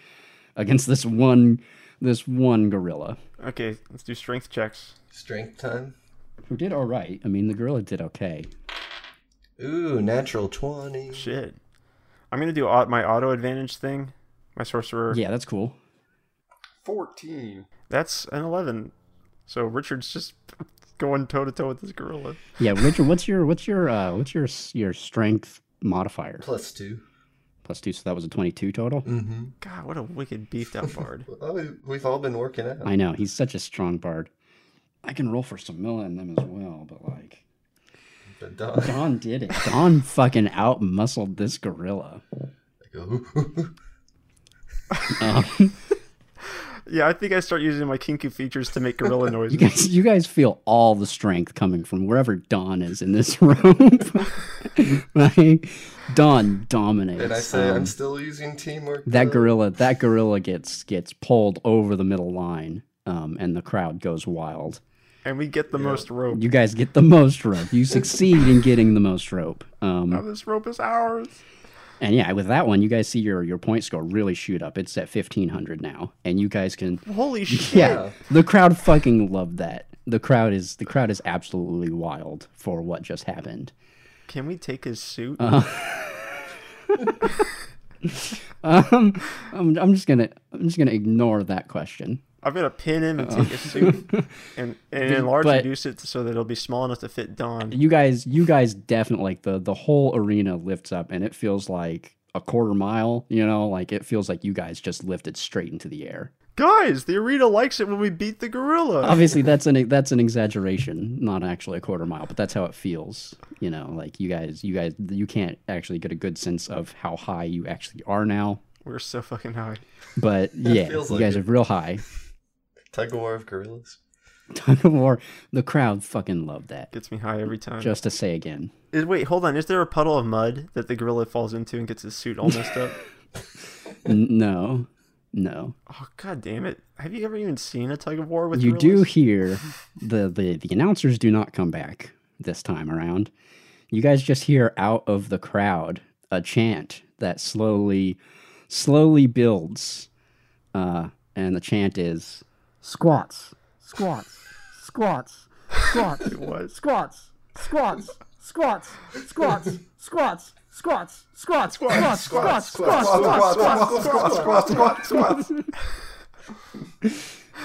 against this one this one gorilla Okay, let's do strength checks. [LAUGHS] Strength time. who did all right. I mean, the gorilla did okay. Ooh, natural twenty. Shit. I'm gonna do au- my auto advantage thing. My sorcerer. Yeah, that's cool. 14. That's an 11. So Richard's just [LAUGHS] going toe to toe with this gorilla. Yeah, Richard, what's your what's your uh, what's your s- your strength modifier? Plus two. Plus two, so that was a twenty-two total. Mm-hmm. God, what a wicked beefed [LAUGHS] up bard. We've all been working out. I know he's such a strong bard. I can roll for Samilla and them as well, but like But dog- [LAUGHS] Don did it. Don fucking out muscled this gorilla. I go, Um, yeah, I think I start using my kinky features [LAUGHS] to make [LAUGHS] gorilla you noises. guys, you guys feel all the strength coming from wherever Don is in this [LAUGHS] room. like Don dominates. and I say, um, I'm still using teamwork. Uh, that bro." gorilla that gorilla gets gets pulled over the middle line um, and the crowd goes wild and we get the most rope. you guys get the most rope you succeed in getting the most rope Now um, Oh, this rope is ours. and yeah with that one you guys see your your point score really shoot up it's at 1500 now and you guys can Holy shit. yeah the crowd fucking loved that the crowd is the crowd is absolutely wild for what just happened [LAUGHS] Can we take his suit? Uh-huh. um, I'm, I'm just gonna i'm just gonna ignore that question I'm gonna pin him and take his suit [LAUGHS] and, and enlarge Uh-huh. but- reduce it so that it'll be small enough to fit Don. you guys you guys definitely like the the whole arena lifts up and it feels like a quarter mile you know like it feels like you guys just lifted straight into the air Guys, the arena likes it when we beat the gorilla. obviously that's an that's an exaggeration not actually a quarter mile but that's how it feels you know like you guys you guys you can't actually get a good sense of how high you actually are now We're so fucking high. but [LAUGHS] yeah you feels like guys it. are real high [LAUGHS] Tug of war of gorillas. tug of war the crowd fucking loved that Gets me high every time. just to say again Is- wait, hold on. Is there a puddle of mud that the gorilla falls into and gets [LAUGHS] his suit all messed up? n- no no Oh god damn it! Have you ever even seen a tug of war with you do [LAUGHS] gorillas? [LAUGHS] hear the, the the announcers do not come back this time around you guys just hear out of the crowd a chant that slowly slowly builds. Uh, and the chant is squats, squats, squats, squats, [LAUGHS] was. squats, squats, squats, squats, squats, squats, squats, squats, squats, squats, squats, squats. Squat, squat, squat, squat.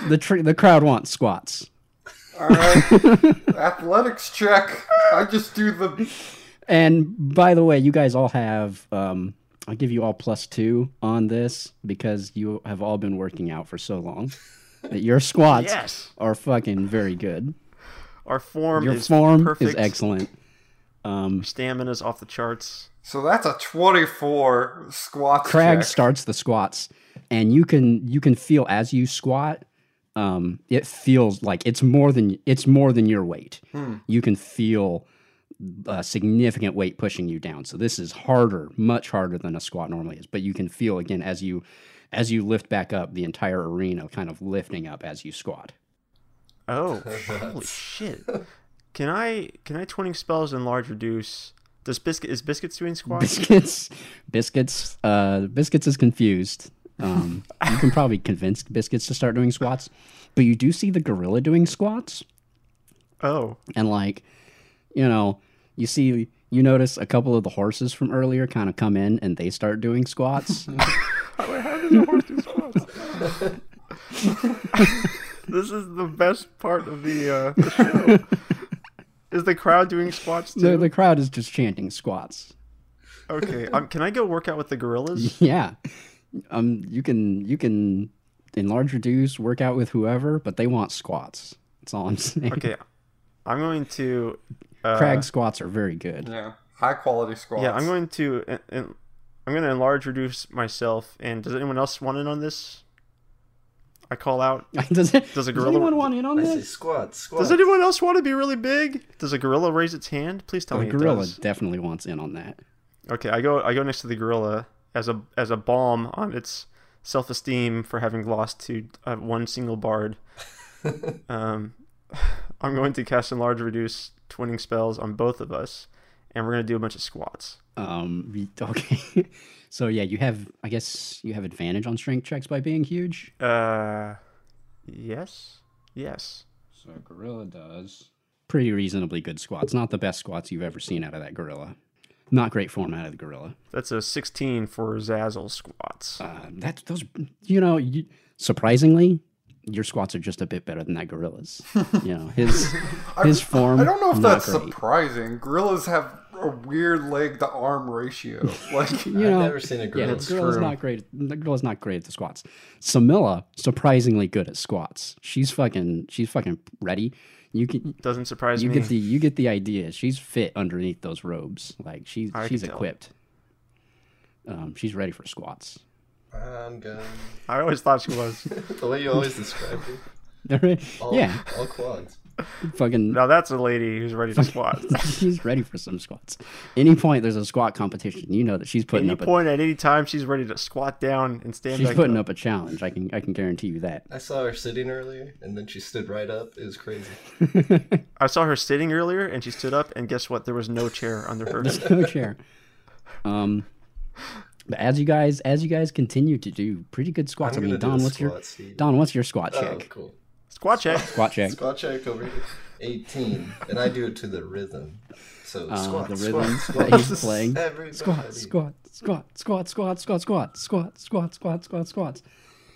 The tr- the crowd wants squats. All right. Athletics check. I just do the. And by the way, you guys all have. Um, I'll give you all plus two on this because you have all been working out for so long that your squats Yes. are fucking very good. Our form Your is form perfect. is excellent. Um, Stamina's off the charts. So that's a 24 squat Crag check. starts the squats, and you can you can feel as you squat. Um, it feels like it's more than it's more than your weight. You can feel uh, significant weight pushing you down. So this is harder, much harder than a squat normally is. But you can feel again as you as you lift back up, the entire arena kind of lifting up as you squat. Oh, [LAUGHS] holy shit! Can I can I twinning spells enlarge reduce? Does biscuit is biscuits doing squats? Biscuits, biscuits, uh, biscuits is confused. Um, you can probably convince biscuits to start doing squats, but you do see the gorilla doing squats. oh, and like you know you see you notice a couple of the horses from earlier kind of come in and they start doing [LAUGHS] squats this is the best part of the, [LAUGHS] uh, the show. is the crowd doing squats too? the, the crowd is just chanting squats [LAUGHS] Okay, um, can I go work out with the gorillas? yeah um you can you can enlarge reduce work out with whoever but they want squats that's all i'm [LAUGHS] saying Okay, I'm going to. Uh, crag squats are very good Yeah. High quality squats. Yeah, I'm going to. en- en- I'm going to enlarge reduce myself. And does anyone else want in on this? I call out. [LAUGHS] does it Does does, a gorilla- anyone want in on I say this squat, squat. Does anyone else want to be really big? Does a gorilla raise its hand? Please tell the me. it gorilla does. definitely wants in on that Okay, I go. I go next to the gorilla as a as a balm on its self esteem for having lost to uh, one single bard. um, I'm going to cast enlarge reduce twinning spells on both of us, and we're going to do a bunch of squats. um we- [LAUGHS] okay so yeah you have i guess you have advantage on strength checks by being huge Uh, yes, yes. So gorilla does pretty reasonably good squats. Not the best squats you've ever seen out of that gorilla. Not great form out of the gorilla. That's a 16 for Zazzle squats. Uh, that those you know you, surprisingly your squats are just a bit better than that [LAUGHS] gorilla's. you know his his form. I don't know if not that's great. surprising. Gorillas have a weird leg to [LAUGHS] arm ratio. Like, you know, I've never seen a yeah, gorilla. the gorilla's true. not great. The gorilla's not great at the squats. Samila surprisingly good at squats. She's fucking she's fucking ready. You can Doesn't surprise you me. get the you get the idea. She's fit underneath those robes. Like she's I she's can tell. equipped. Um, she's ready for squats. [LAUGHS] I'm gone. I always thought she was. The way you always describe it. Oh. All, yeah, All quads. fucking. now that's a lady who's ready to squat. [LAUGHS] she's ready for some squats. Any point there's a squat competition, you know that she's putting any up. point at any time she's ready to squat down and a, stand she's back putting up. up a challenge. I can I can guarantee you that. I saw her sitting earlier, and then she stood right up. It was crazy. I saw her sitting earlier and she stood up and guess what? There was no chair under [LAUGHS] her. no chair. Um, but as you guys as you guys continue to do pretty good squats, I'm I mean gonna do Don, a what's your squat, Steve. Don? What's your squat Oh, check? cool. [LAUGHS] squat check. [LAUGHS] Squat check. Squat check over here. 18, and I do it to the rhythm. So Uh, squat, the squat, rhythm squat. that [LAUGHS] he's playing. Everybody. squat, squat, squat, squat, squat, squat, squat, squat, squat, squat, squat, squats.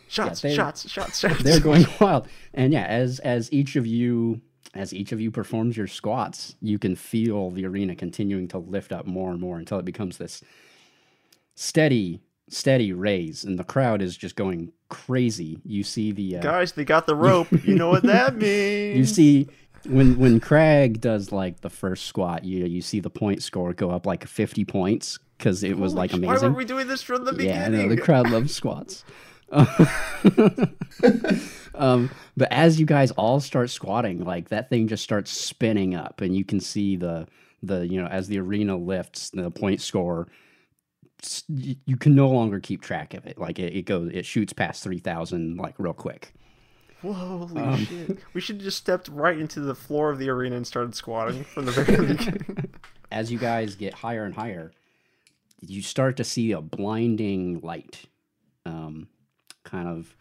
Shots, Yeah, they- shots, shots, shots. They're going wild, and yeah, as as each of you as each of you performs your squats, you can feel the arena continuing to lift up more and more until it becomes this steady, steady raise, and the crowd is just going crazy. You see the uh, [LAUGHS] Guys, they got the rope. You know what that [LAUGHS] means. you see when when Craig does like the first squat, you you see the point score go up like fifty points because it was like Why amazing. were we doing this from the Yeah, I beginning? know the crowd loves squats. [LAUGHS] um, but as you guys all start squatting, like that thing just starts spinning up, and you can see the the you know as the arena lifts, the point score. s- y- You can no longer keep track of it. Like it, it goes, it shoots past three thousand like real quick. Whoa, holy Um, shit. We should have just stepped right into the floor of the arena and started squatting from the [LAUGHS] very beginning. As you guys get higher and higher, you start to see a blinding light um, kind of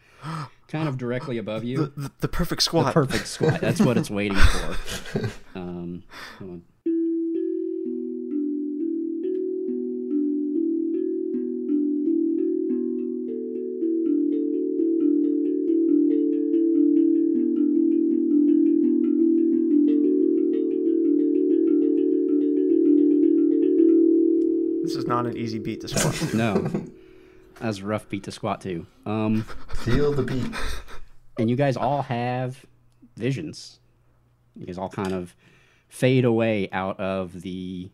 kind of directly above you. The, the, the perfect squat. The perfect squat. That's what it's waiting for. Um, hold on. This is not an easy beat [LAUGHS] to squat. No, that was a rough beat to squat to. Um, Feel the beat. and you guys all have visions. You guys all kind of fade away out of the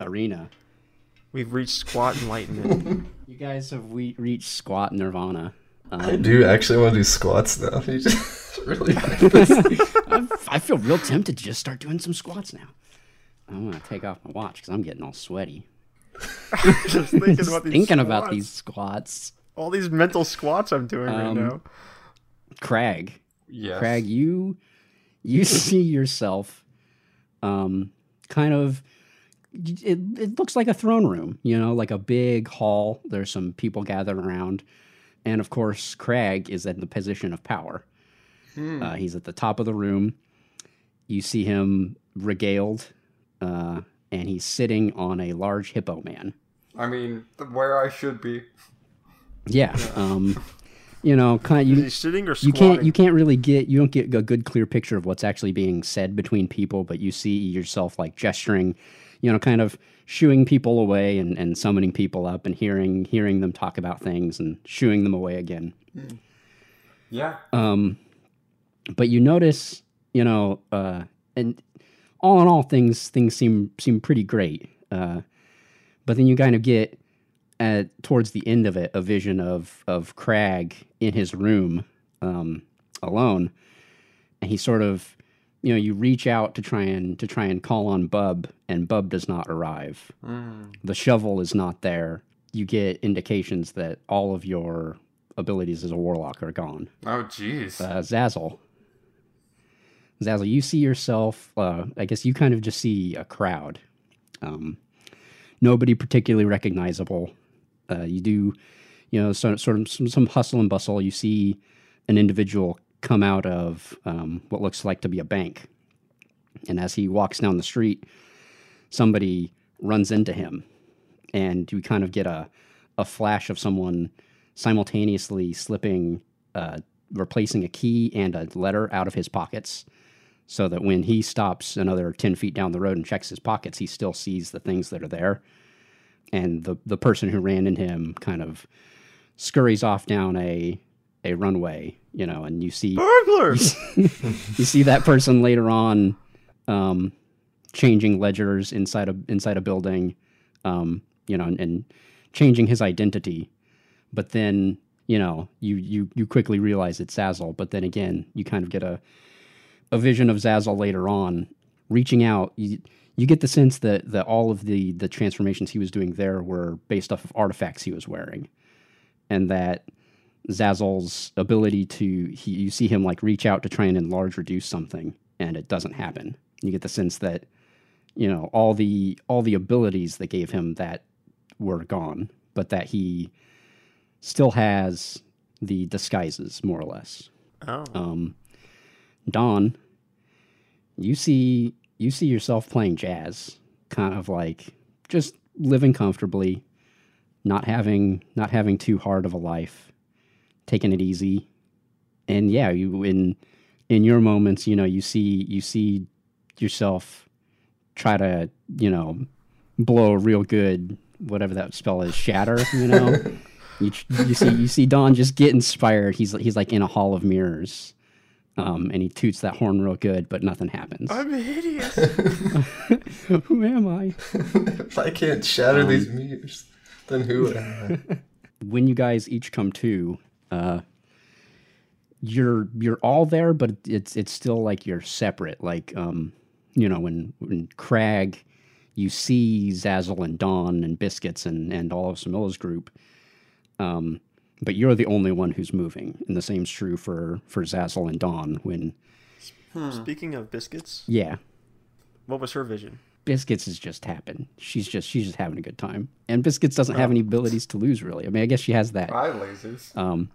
arena. We've reached squat [LAUGHS] enlightenment. You guys have we- reached squat nirvana. I Um, do actually want to do squats now. [LAUGHS] You just really hyped us. I, I feel real tempted to just start doing some squats now. I'm gonna take off my watch because I'm getting all sweaty. Just thinking about these. Thinking about squats. these squats, All these mental squats I'm doing Um, right now. Crag. Yes. Crag, you you [LAUGHS] see yourself um kind of it, it looks like a throne room, you know, like a big hall. There's some people gathered around. And of course, Crag is in the position of power. Uh, he's at the top of the room. You see him regaled, uh, and he's sitting on a large hippo man. I mean, th- where I should be. Yeah. Um, you know, kind you, Is he sitting or you squatting? can't you can't really get you don't get a good clear picture of what's actually being said between people but you see yourself like gesturing you know kind of shooing people away and, and summoning people up and hearing hearing them talk about things and shooing them away again Yeah. um, but you notice, you know, uh, and all in all, things things seem seem pretty great. Uh, but then you kind of get at towards the end of it a vision of of Crag in his room um, alone, and he sort of, you know, you reach out to try and to try and call on Bub, and Bub does not arrive. Mm. The shovel is not there. You get indications that all of your abilities as a warlock are gone Oh, jeez. uh, Zazzle. Zazzle, you see yourself. Uh, I guess you kind of just see a crowd. Um, nobody particularly recognizable. Uh, you do, you know, sort sort of some, some hustle and bustle. You see an individual come out of um, what looks like to be a bank, and as he walks down the street, somebody runs into him, and you kind of get a a flash of someone simultaneously slipping uh, replacing a key and a letter out of his pockets so that when he stops another 10 feet down the road and checks his pockets, he still sees the things that are there. And the, the person who ran in him kind of scurries off down a, a runway, you know, and you see Burglar! you see that person later on um, changing ledgers inside a inside a building um, you know and, and changing his identity but then you know you you you quickly realize it's Zazzle but then again you kind of get a a vision of Zazzle later on reaching out you, you get the sense that that all of the the transformations he was doing there were based off of artifacts he was wearing and that Zazzle's ability to he, you see him like reach out to try and enlarge reduce something and it doesn't happen. You get the sense that you know all the all the abilities that gave him that were gone, but that he still has the disguises more or less. oh. Um, Don, you see you see yourself playing jazz, kind of like just living comfortably, not having not having too hard of a life, taking it easy, and yeah, you in in your moments, you know, you see you see yourself try to you know blow a real good whatever that spell is shatter, you know. You, you see, you see Don just get inspired. He's he's like in a hall of mirrors, um, and he toots that horn real good, but nothing happens. I'm hideous. [LAUGHS] Who am I? if I can't shatter Um, these meters, then who am I? When you guys each come to, uh, you're you're all there, but it's it's still like you're separate. Like um, you know, when when Crag, you see Zazzle and Don and Biscuits and and all of Samilla's group, um, but you're the only one who's moving, and the same's true for for Zazzle and Don. When Speaking of biscuits, yeah, what was her vision? Biscuits is just happen. She's just she's just having a good time. And Biscuits doesn't have any abilities to lose really. I mean, I guess she has that. Eye lasers. Um,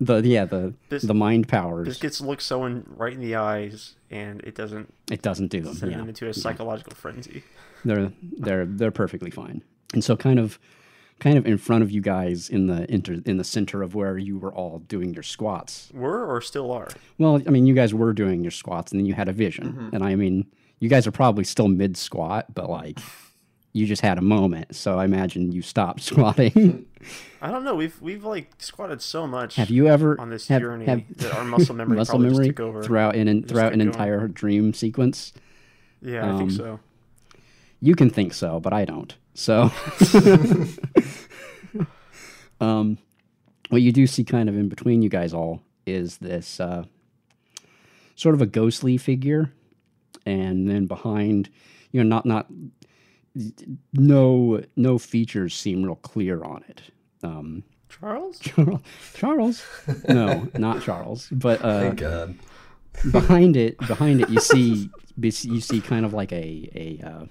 the yeah the Bis- the mind powers. Biscuits look someone right in the eyes, and it doesn't It doesn't do them. send Yeah. them into a psychological frenzy. they're they're they're perfectly fine. And so kind of kind of in front of you guys in the inter, in the center of where you were all doing your squats. Were or still are. Well, I mean, you guys were doing your squats and then you had a vision. Mm-hmm. And I mean, you guys are probably still mid squat, but like you just had a moment. So I imagine you stopped [LAUGHS] squatting. I don't know. We've we've like squatted so much. have you ever on this have- journey have- that our muscle memory [LAUGHS] muscle probably memory just took over? throughout an Just throughout took an over. entire dream sequence? Yeah, I um, think so. You can think so, but I don't. So, [LAUGHS] um, what you do see kind of in between you guys all is this uh, sort of a ghostly figure, and then behind, you know, not not no no features seem real clear on it. Um, [LAUGHS] Charles? Charles, Charles, no, not Charles, but uh, Thank God. behind it behind it you see you see you see kind of like a a uh,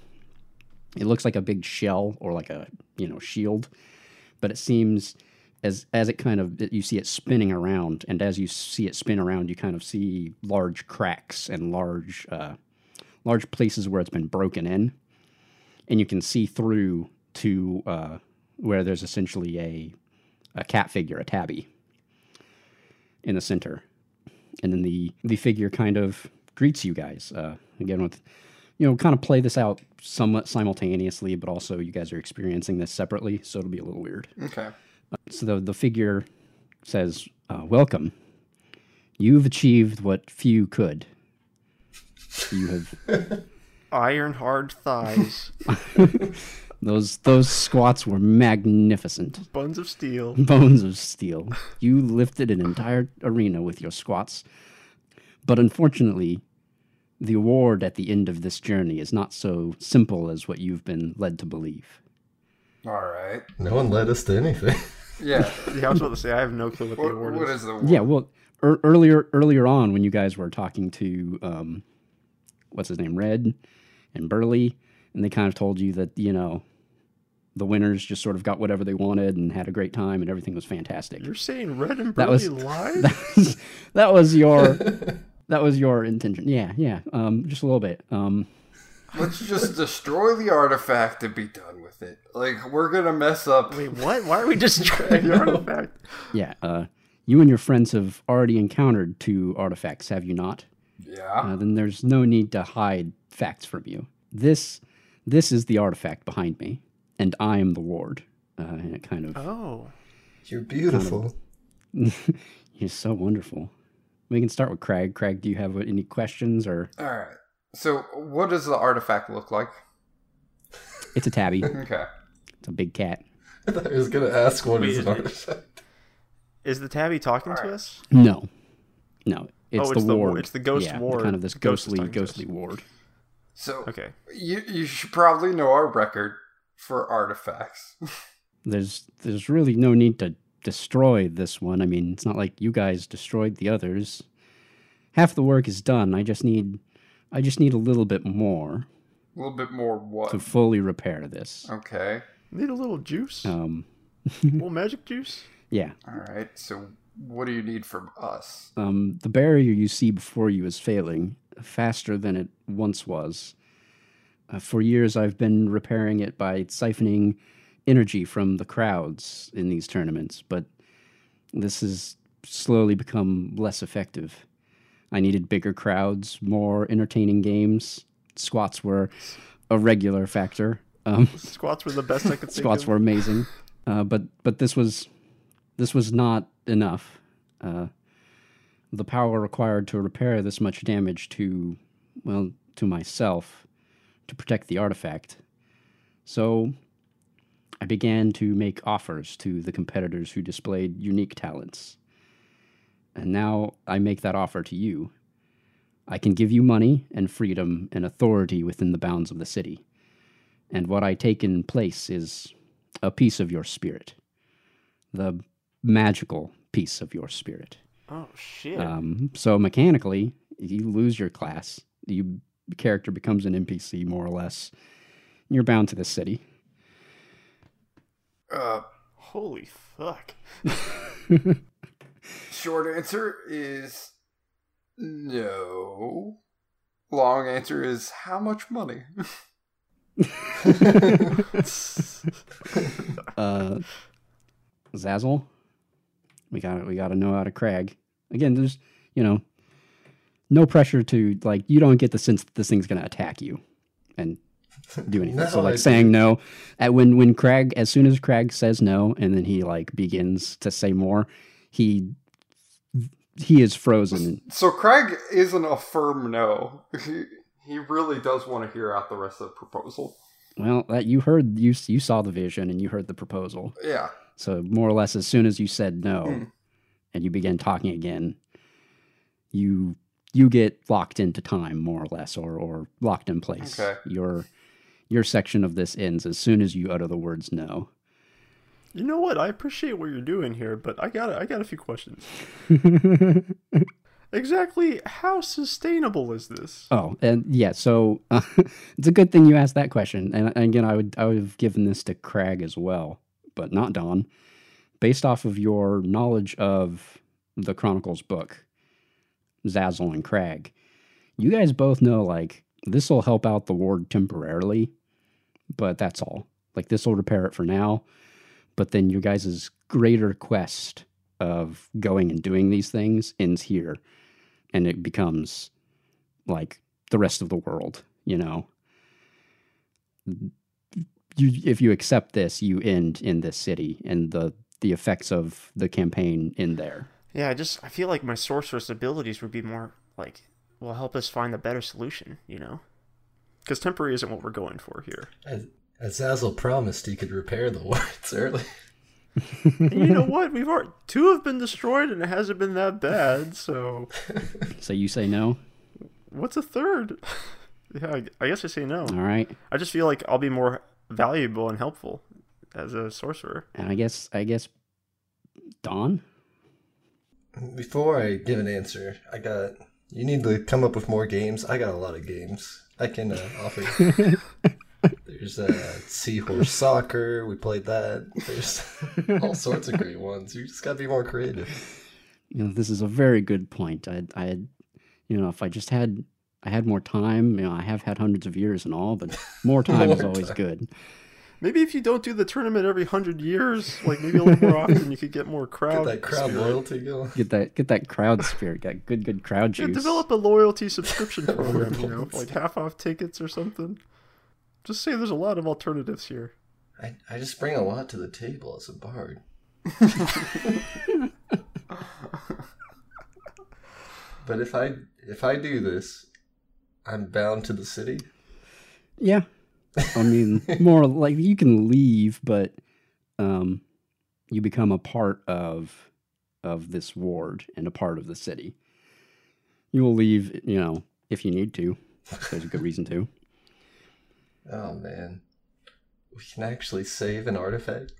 it looks like a big shell or like a you know shield but it seems as as it kind of you see it spinning around and as you see it spin around you kind of see large cracks and large uh, large places where it's been broken in and you can see through to uh, where there's essentially a a cat figure a tabby in the center and then the the figure kind of greets you guys uh, again with you know kind of play this out somewhat simultaneously but also you guys are experiencing this separately so it'll be a little weird Okay. so the, the figure says uh, welcome you've achieved what few could you have Iron [LAUGHS] hard thighs, those those squats were magnificent buns of steel. [LAUGHS] bones of steel. You lifted an entire arena with your squats. But unfortunately, the award at the end of this journey is not so simple as what you've been led to believe. All right. No one led us to anything. [LAUGHS] [LAUGHS] Yeah. Yeah, I was about to say I have no clue what the what, award what is. is the word? Yeah, well, ear earlier earlier on when you guys were talking to um, what's his name, Red and Burley, and they kind of told you that you know the winners just sort of got whatever they wanted and had a great time and everything was fantastic. You're saying red and That was- burly lied? that was, [LAUGHS] that was your that was your intention. Yeah, yeah. Um, just a little bit. Um, Let's just destroy the artifact and be done with it. Like we're gonna mess up. Wait, what? Why are [LAUGHS] we destroying the artifact? yeah. Uh, you and your friends have already encountered two artifacts, have you not? Yeah. Mm. Uh, then there's no need to hide facts from you. This this is the artifact behind me, and I am the ward. Uh, and it kind of Oh. You're beautiful. you're so wonderful. We can start with Craig. Craig, do you have any questions or All right. So what does the artifact look like? it's a tabby. Okay. it's a big cat. [LAUGHS] I thought he was gonna ask what is an Wait, artifact. Is the tabby talking to Alright. us? No, no. It's, Oh, the, it's the wa- ward. it's the ghost yeah, ward. Kind of this The ghost is ghostly, talking to us. ghostly ward. So Okay. you you should probably know our record for artifacts. [LAUGHS] There's there's really no need to destroy this one. I mean, it's not like you guys destroyed the others. Half the work is done. I just need I just need a little bit more A little bit more what? to fully repair this. Okay. Need a little juice? Um, little magic juice? yeah. All right. So what do you need from us? Um, the barrier you see before you is failing faster than it once was. Uh, for years, I've been repairing it by siphoning energy from the crowds in these tournaments, but this has slowly become less effective. I needed bigger crowds, more entertaining games. Squats were a regular factor. Um, Squats were the best I could think squats of. were amazing, uh, but but this was this was not enough. Uh, the power required to repair this much damage to well to myself to protect the artifact. So I began to make offers to the competitors who displayed unique talents. And now I make that offer to you. I can give you money and freedom and authority within the bounds of the city and what I take in place is a piece of your spirit, the magical piece of your spirit. Oh, shit. Um, so mechanically, you lose your class. You character becomes an NPC more or less, You're bound to the city. Uh, Holy fuck. short answer is no. Long answer is how much money? Uh, Zazzle, we got we got to know how to crag. Again, there's you know no pressure to like. You don't get the sense that this thing's gonna attack you and do anything. [LAUGHS] so No, like I saying no at when when Crag as soon as Crag says no and then he like begins to say more, he he is frozen. So Craig isn't a firm no. He, he really does want to hear out the rest of the proposal. Well, that you heard you you saw the vision and you heard the proposal. Yeah. So more or less, as soon as you said no, Hmm. and you begin talking again, you you get locked into time more or less, or or locked in place. Okay. Your your section of this ends as soon as you utter the words no. [LAUGHS] You know what? I appreciate what you're doing here, but I got I got a few questions. exactly how sustainable is this? Oh, and yeah, so [LAUGHS] uh, it's a good thing you asked that question. And, and again, I would I would have given this to Crag as well, but not Don. Based off of your knowledge of the Chronicles book, Zazzle and Crag, you guys both know like this will help out the ward temporarily, but that's all. Like this will repair it for now, but then your guys' greater quest of going and doing these things ends here, and it becomes like the rest of the world, you know. You if you accept this, you end in this city and the the effects of the campaign in there. Yeah, I just I feel like my sorceress abilities would be more like will help us find the better solution, you know? Because temporary isn't what we're going for [LAUGHS] here. As, as Zazzle promised, he could repair the wards [LAUGHS] early. And you know what? We've already two have been destroyed and it hasn't been that bad, so So you say no? What's what's a third? [LAUGHS] yeah, I, I guess I say no. All right. I just feel like I'll be more valuable and helpful as a sorcerer. And I guess I guess Dawn? Before I give an answer, I got. You need to come up with more games. I got a lot of games I can uh, offer. [LAUGHS] There's uh, Seahorse Soccer. We played that. There's [LAUGHS] all sorts of great ones. You just got to be more creative. You know, this is a very good point. I I had you know, if I just had I had more time, you know, I have had hundreds of years and all, but more time is More always good. Maybe if you don't do the tournament every hundred years, like maybe a [LAUGHS] little more often, you could get more Get crowd. that crowd spirit. loyalty going. Get that get that crowd spirit, got good good crowd Yeah, juice. develop a [LAUGHS] loyalty subscription Oh, program, you know, like half off tickets or something. Just say there's a lot of alternatives here. I, I just bring a lot to the table as a bard. but if I if I do this, I'm bound to the city. Yeah. I mean, more like you can leave, but um, you become a part of of this ward and a part of the city. You will leave, you know, if you need to. if There's a good reason to. [LAUGHS] Oh man, we can actually save an artifact.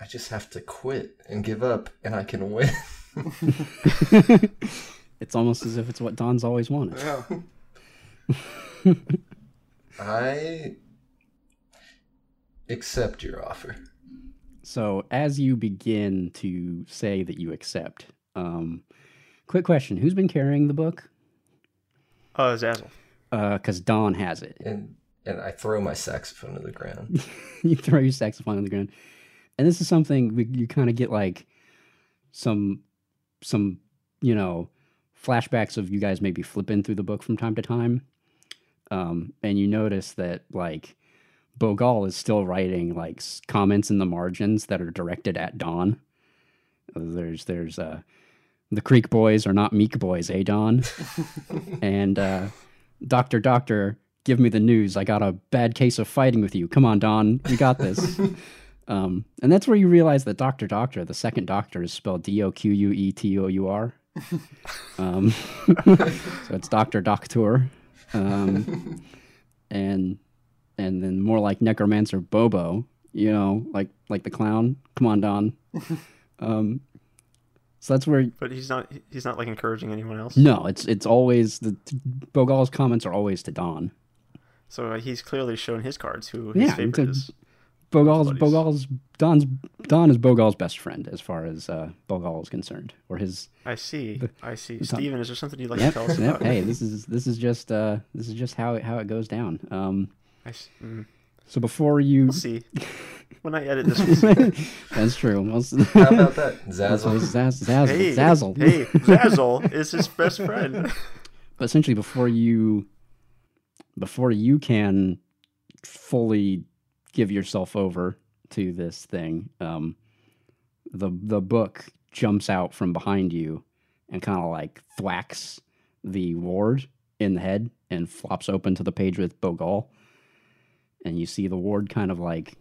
I just have to quit and give up, and I can win. [LAUGHS] it's almost as if it's what Don's always wanted. Yeah. I accept your offer. So, as you begin to say that you accept, um, quick question: Who's been carrying the book? Uh, Zazzle. Because Don has it. And and I throw my saxophone to the ground. [LAUGHS] you throw your saxophone on the ground. And this is something we, you kind of get like some some you know flashbacks of you guys maybe flipping through the book from time to time, um, and you notice that like Bogal is still writing like s- comments in the margins that are directed at Don. There's there's uh, the Creek Boys are not Meek Boys, eh, Don? and uh, Doctor Doctor, give me the news. I got a bad case of fighting with you. Come on, Don, we got this. um, and that's where you realize that Doctor Doctor, the second Doctor, is spelled D O Q U E T O U R. Um, [LAUGHS] so it's Doctor Doctor, um, and and then more like Necromancer Bobo. You know, like like the clown. Come on, Don. Um, so that's where But he's not. He's not like encouraging anyone else. no, it's it's always the Bogal's comments are always to Don. So uh, he's clearly shown his cards who his Yeah, favorite to- is. Bogal's Buddies. Bogal's Don's Don is Bogal's best friend as far as uh, Bogal is concerned, or his. I see. I see. Tom- Steven, is there something you'd like Yep, to tell us yep, about? hey, this is this is just uh, this is just how it, how it goes down. Um, I s- mm, so before you, we'll see. When I edit this, we'll see. [LAUGHS] that's true. Well, s- [LAUGHS] How about that? so Zazzle. Zazz, Zazzle, [LAUGHS] Hey, Zazzle. [LAUGHS] hey, Zazzle is his best friend. but essentially before you before you can fully give yourself over to this thing um the the book jumps out from behind you and kind of like thwacks the ward in the head and flops open to the page with bogal and you see the ward kind of like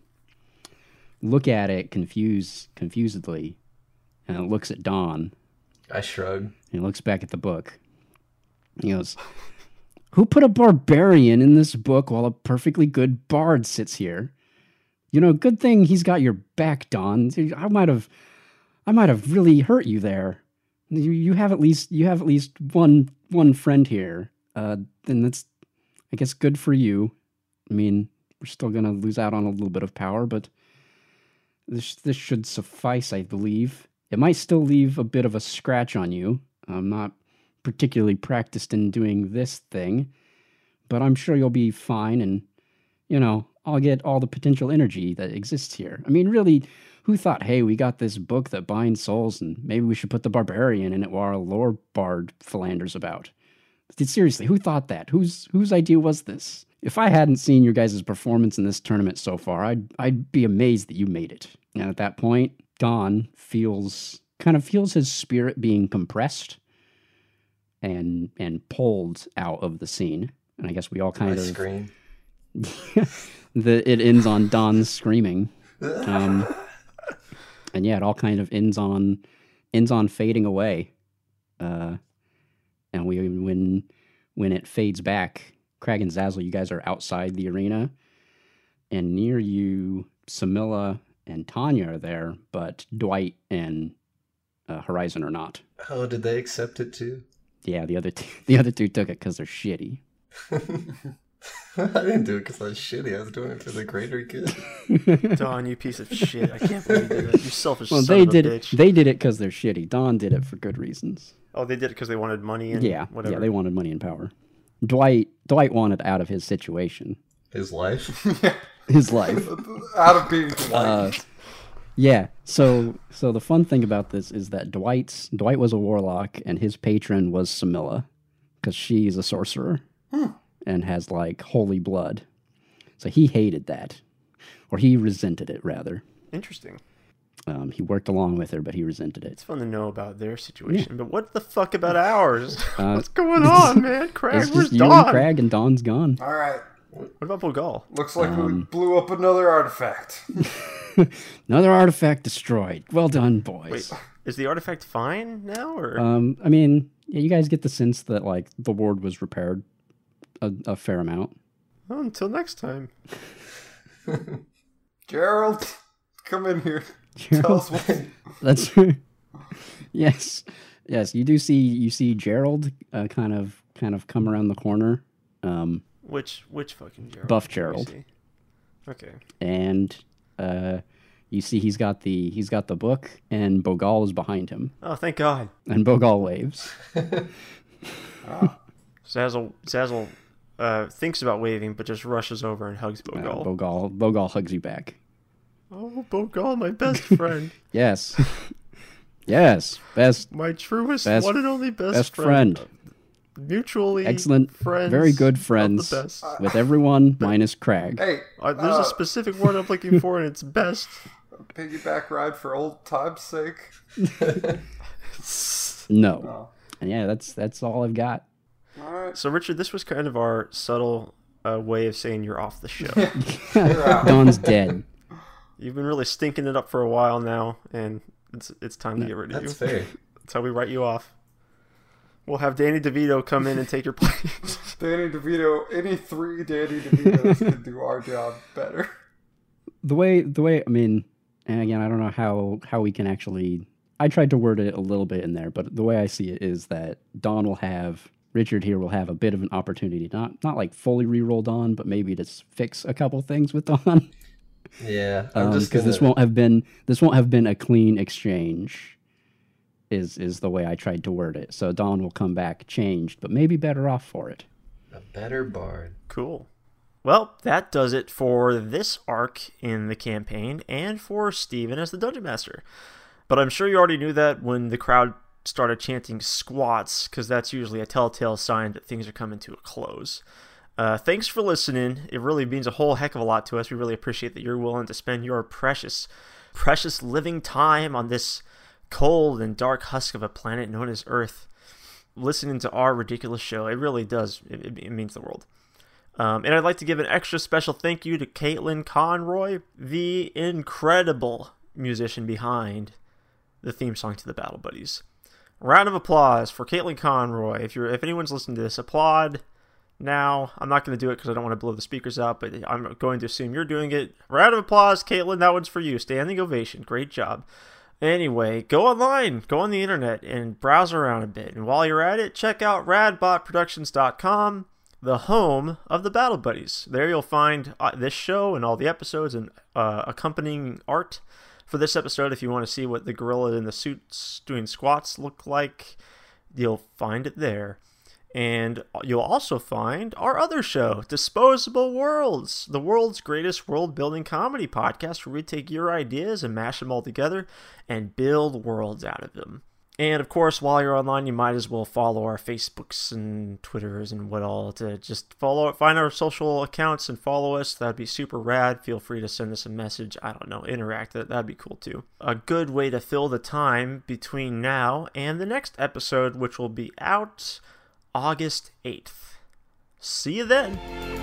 look at it confused confusedly and it looks at dawn I shrug. and he looks back at the book. He goes, Who put a barbarian in this book while a perfectly good bard sits here? You know, good thing he's got your back, Don. Dude, I might have I might have really hurt you there. You, you have at least you have at least one one friend here. Uh then that's I guess good for you. I mean, we're still gonna lose out on a little bit of power, but this this should suffice, I believe. It might still leave a bit of a scratch on you. I'm not particularly practiced in doing this thing, but I'm sure you'll be fine and you know, I'll get all the potential energy that exists here. I mean, really, who thought, hey, we got this book that binds souls and maybe we should put the barbarian in it while our lore bard philanders about? Dude, Seriously, who thought that? Whose whose idea was this? If I hadn't seen your guys' performance in this tournament so far, I'd I'd be amazed that you made it. And at that point, Don feels kind of feels his spirit being compressed and and pulled out of the scene. And I guess we all I kind of scream. the it ends on Don screaming. Um, and yeah, it all kind of ends on ends on fading away. Uh, and we when when it fades back, Crag and Zazzle, you guys are outside the arena, and near you, Samilla and Tanya are there, but Dwight and uh, Horizon are not. Oh, did they accept it too? [LAUGHS] Yeah, the other two, [LAUGHS] the other two took it because they're shitty. I didn't do it because I was shitty. I was doing it for the greater good. Don, you piece of shit. I can't believe you did that. You selfish Well, son they of a did it. bitch. They did it because they're shitty. Don did it for good reasons. oh, they did it because they wanted money and yeah, whatever. yeah, they wanted money and power. Dwight Dwight wanted out of his situation, [LAUGHS] His life. his [LAUGHS] life. [LAUGHS] Out of being polite. Uh, yeah. So so the fun thing about this is that Dwight's Dwight was a warlock and his patron was Samilla because she's a sorcerer and has like holy blood. So he hated that, or he resented it rather. Interesting. Um, he worked along with her, but he resented it. It's fun to know about their situation, but what the fuck about ours? [LAUGHS] Uh, What's [LAUGHS] going on, man? Craig, It's where's just you and Don? Crag and Don's gone. All right. What about Bogal? Looks like Um, we blew up another artifact. Another artifact destroyed. Well done, boys. Wait, is the artifact fine now, or Um, I mean, yeah, you guys get the sense that like the ward was repaired a, a fair [LAUGHS] amount. Oh, until next time? Gerald, come in here. Tell Oh. Gerald, us [LAUGHS] what. [LAUGHS] that's yes, yes. You do see you see Gerald uh, kind of kind of come around the corner, um, Which which fucking Gerald? Buff Let me Gerald. see. Okay. and uh, you see he's got the he's got the book, and Bogal is behind him, Oh, thank God. and Bogal waves. Zazzle Zazzle uh, thinks about waving, but just rushes over and hugs Uh, Bogal. Bogal Bogal hugs you back. oh, Bogal, [LAUGHS] my best friend, Yes, [LAUGHS] yes, best my truest, Best- one and only best, best friend. Mutually Excellent, friends, very good of the friends best. with everyone minus Crag. Hey, Uh, there's uh, a specific word I'm looking for, and it's best. piggyback ride for old time's sake. No. Oh. And yeah, that's that's all I've got. All right. So, Richard, this was kind of our subtle uh, way of saying you're off the [LAUGHS] show. [LAUGHS] Don's dead. You've been really stinking it up for a while now, and it's it's time to get rid of you. That's fair. That's how we write you off. We'll have Danny DeVito come in and take your [LAUGHS] place. Danny DeVito, any three Danny DeVitos can do our job better. The way the way I mean, and again, I don't know how how we can actually. I tried to word it a little bit in there, but the way I see it is that Don will have Richard here will have a bit of an opportunity, not not like fully re-roll Dawn, but maybe to s- fix a couple things with [LAUGHS] Dawn, Yeah, I'm because just gonna. Um, this won't have been this won't have been a clean exchange. Is is the way I tried to word it. So Dawn will come back changed, but maybe better off for it. A better bard. Cool. Well, that does it for this arc in the campaign and for Steven as the Dungeon Master. But I'm sure you already knew that when the crowd started chanting squats, because that's usually a telltale sign that things are coming to a close. Uh, thanks for listening. It really means a whole heck of a lot to us. We really appreciate that you're willing to spend your precious, precious living time on this cold and dark husk of a planet known as Earth. Listening to our ridiculous show, it really does. It, it, it means the world. Um, and I'd like to give an extra special thank you to Caitlin Conroy, the incredible musician behind the theme song to the Battle Buddies. Round of applause for Caitlin Conroy. If you're if anyone's listening to this, applaud now. I'm not going to do it because I don't want to blow the speakers out, but I'm going to assume you're doing it. Round of applause, Caitlin. That one's for you. Standing ovation. Great job. Anyway, go online, go on the internet, and browse around a bit. And while you're at it, check out radbotproductions.com the home of the Battle Buddies. There you'll find uh, this show and all the episodes and uh, accompanying art for this episode. If you want to see what the gorilla in the suits doing squats look like, you'll find it there. And you'll also find our other show, Disposable Worlds, the world's greatest world building comedy podcast where we take your ideas and mash them all together and build worlds out of them. And of course, while you're online, you might as well follow our Facebooks and Twitters and what all to just follow, find our social accounts and follow us. That'd be super rad. Feel free to send us a message. I don't know, interact. That, that'd be cool too. A good way to fill the time between now and the next episode, which will be out August 8th. See you then.